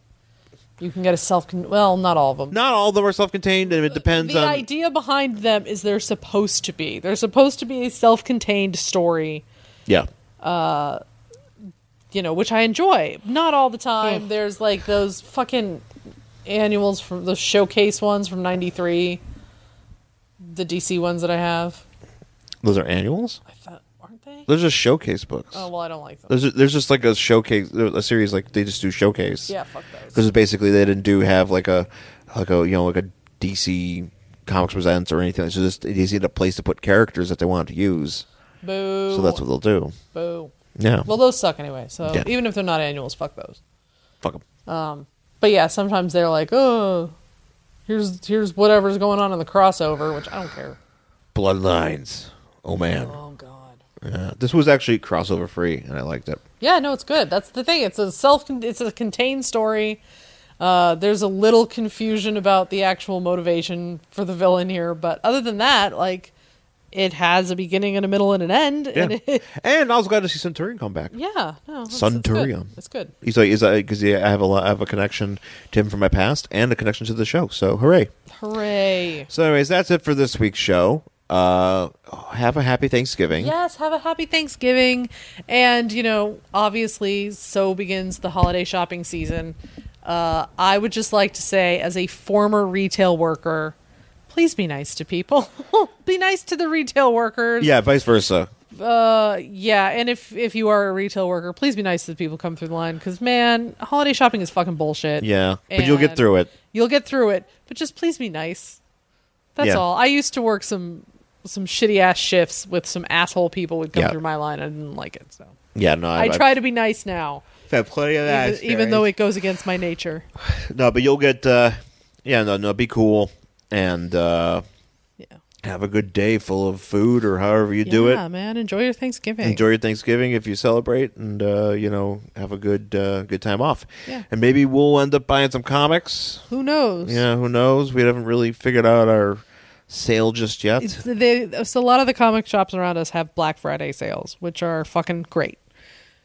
Speaker 1: You can get a self con well, not all of them.
Speaker 2: not all of them are self-contained, and um, it depends
Speaker 1: the
Speaker 2: on.
Speaker 1: idea behind them is they're supposed to be. They're supposed to be a self-contained story,
Speaker 2: Yeah.
Speaker 1: you know, which I enjoy. Not all the time. There's like those fucking annuals from those showcase ones from 93. The DC ones that I have.
Speaker 2: Those are annuals.
Speaker 1: I thought aren't they?
Speaker 2: Those are just showcase books.
Speaker 1: Oh, well, I don't like them.
Speaker 2: There's there's just like a showcase, a series like they just do showcase.
Speaker 1: Yeah, fuck those.
Speaker 2: Because basically they didn't do have like a like a you know like a DC Comics Presents or anything. It's just they just need a place to put characters that they wanted to use.
Speaker 1: Boo.
Speaker 2: So that's what they'll do.
Speaker 1: Boo.
Speaker 2: Yeah.
Speaker 1: Well, those suck anyway. So
Speaker 2: Yeah.
Speaker 1: even if they're not annuals, fuck those.
Speaker 2: Fuck 'em.
Speaker 1: But yeah, sometimes they're like, oh, here's here's whatever's going on in the crossover, which I don't care.
Speaker 2: Bloodlines. Oh man.
Speaker 1: Oh God.
Speaker 2: Yeah. This was actually crossover free, and I liked it.
Speaker 1: Yeah, no, it's good. That's the thing. It's a self. It's a contained story. Uh, there's a little confusion about the actual motivation for the villain here, but other than that, like, it has a beginning and a middle and an end. And
Speaker 2: Yeah.
Speaker 1: it,
Speaker 2: and I was glad to see Centurion come back.
Speaker 1: yeah. No. It's,
Speaker 2: Centurion.
Speaker 1: It's good.
Speaker 2: He's like, is because yeah, I have a lot, I have a connection to him from my past and a connection to the show. So hooray!
Speaker 1: It's good. Hooray.
Speaker 2: So, anyways, that's it for this week's show. Uh, have a happy Thanksgiving.
Speaker 1: Yes, have a happy Thanksgiving. And, you know, obviously, so begins the holiday shopping season. Uh, I would just like to say, as a former retail worker, please be nice to people. be nice to the retail workers.
Speaker 2: Yeah, vice versa.
Speaker 1: Uh, yeah. And if, if you are a retail worker, please be nice to the people who come through the line because, man, holiday shopping is fucking bullshit.
Speaker 2: Yeah, but you'll get
Speaker 1: And
Speaker 2: through it.
Speaker 1: You'll get through it, but just please be nice. That's
Speaker 2: Yeah.
Speaker 1: all. I used to work some some shitty ass shifts with some asshole people would come
Speaker 2: Yeah.
Speaker 1: through my line. I didn't like it, so
Speaker 2: Yeah, no,
Speaker 1: I,
Speaker 2: I,
Speaker 1: try to be nice now,
Speaker 2: I've had plenty of
Speaker 1: even,
Speaker 2: that.
Speaker 1: even though it goes against my nature.
Speaker 2: no, but you'll get. Uh, yeah, no, no, be cool and uh,
Speaker 1: Yeah,
Speaker 2: have a good day full of food or however you do
Speaker 1: yeah,
Speaker 2: it.
Speaker 1: man. Enjoy your Thanksgiving.
Speaker 2: Enjoy your Thanksgiving if you celebrate, and uh, you know have a good uh, good time off.
Speaker 1: Yeah.
Speaker 2: And maybe we'll end up buying some comics.
Speaker 1: Who knows?
Speaker 2: Yeah, who knows? We haven't really figured out our sale just yet.
Speaker 1: It's, they, so a lot of the comic shops around us have Black Friday sales, which are fucking great.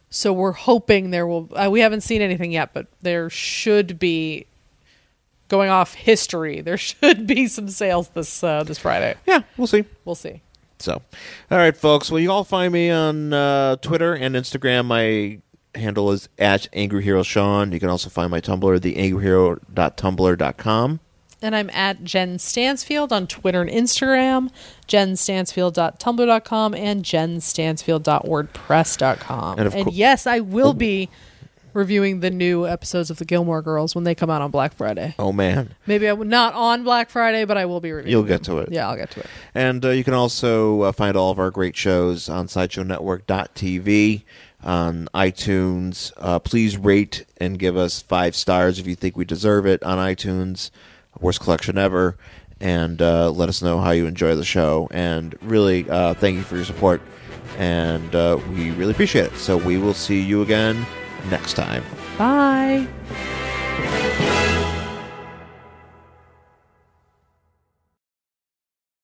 Speaker 1: So we're hoping there will. Uh, we haven't seen anything yet, but there should be. Going off history, there should be some sales this uh, this Friday.
Speaker 2: yeah, we'll see.
Speaker 1: We'll see.
Speaker 2: So, all right, folks. Well, you all find me on uh, Twitter and Instagram. My handle is at Angry Hero Sean. You can also find my Tumblr, theangryhero.tumblr.com.
Speaker 1: And I'm at Jen Stansfield on Twitter and Instagram, jenstansfield.tumblr.com, and jenstansfield.wordpress.com.
Speaker 2: And
Speaker 1: And,
Speaker 2: of cour- oh.
Speaker 1: yes, I will be reviewing the new episodes of The Gilmore Girls when they come out on Black Friday.
Speaker 2: Oh man,
Speaker 1: Maybe I'm not on Black Friday, but I will be reviewing.
Speaker 2: you'll get to it.
Speaker 1: Yeah, I'll get to it.
Speaker 2: And uh, you can also uh, find all of our great shows on SideshowNetwork.tv, on iTunes. Uh, please rate and give us five stars if you think we deserve it on iTunes. Worst collection ever. And uh, let us know how you enjoy the show. And really, uh, thank you for your support. And uh, we really appreciate it. So we will see you again next time.
Speaker 1: Bye.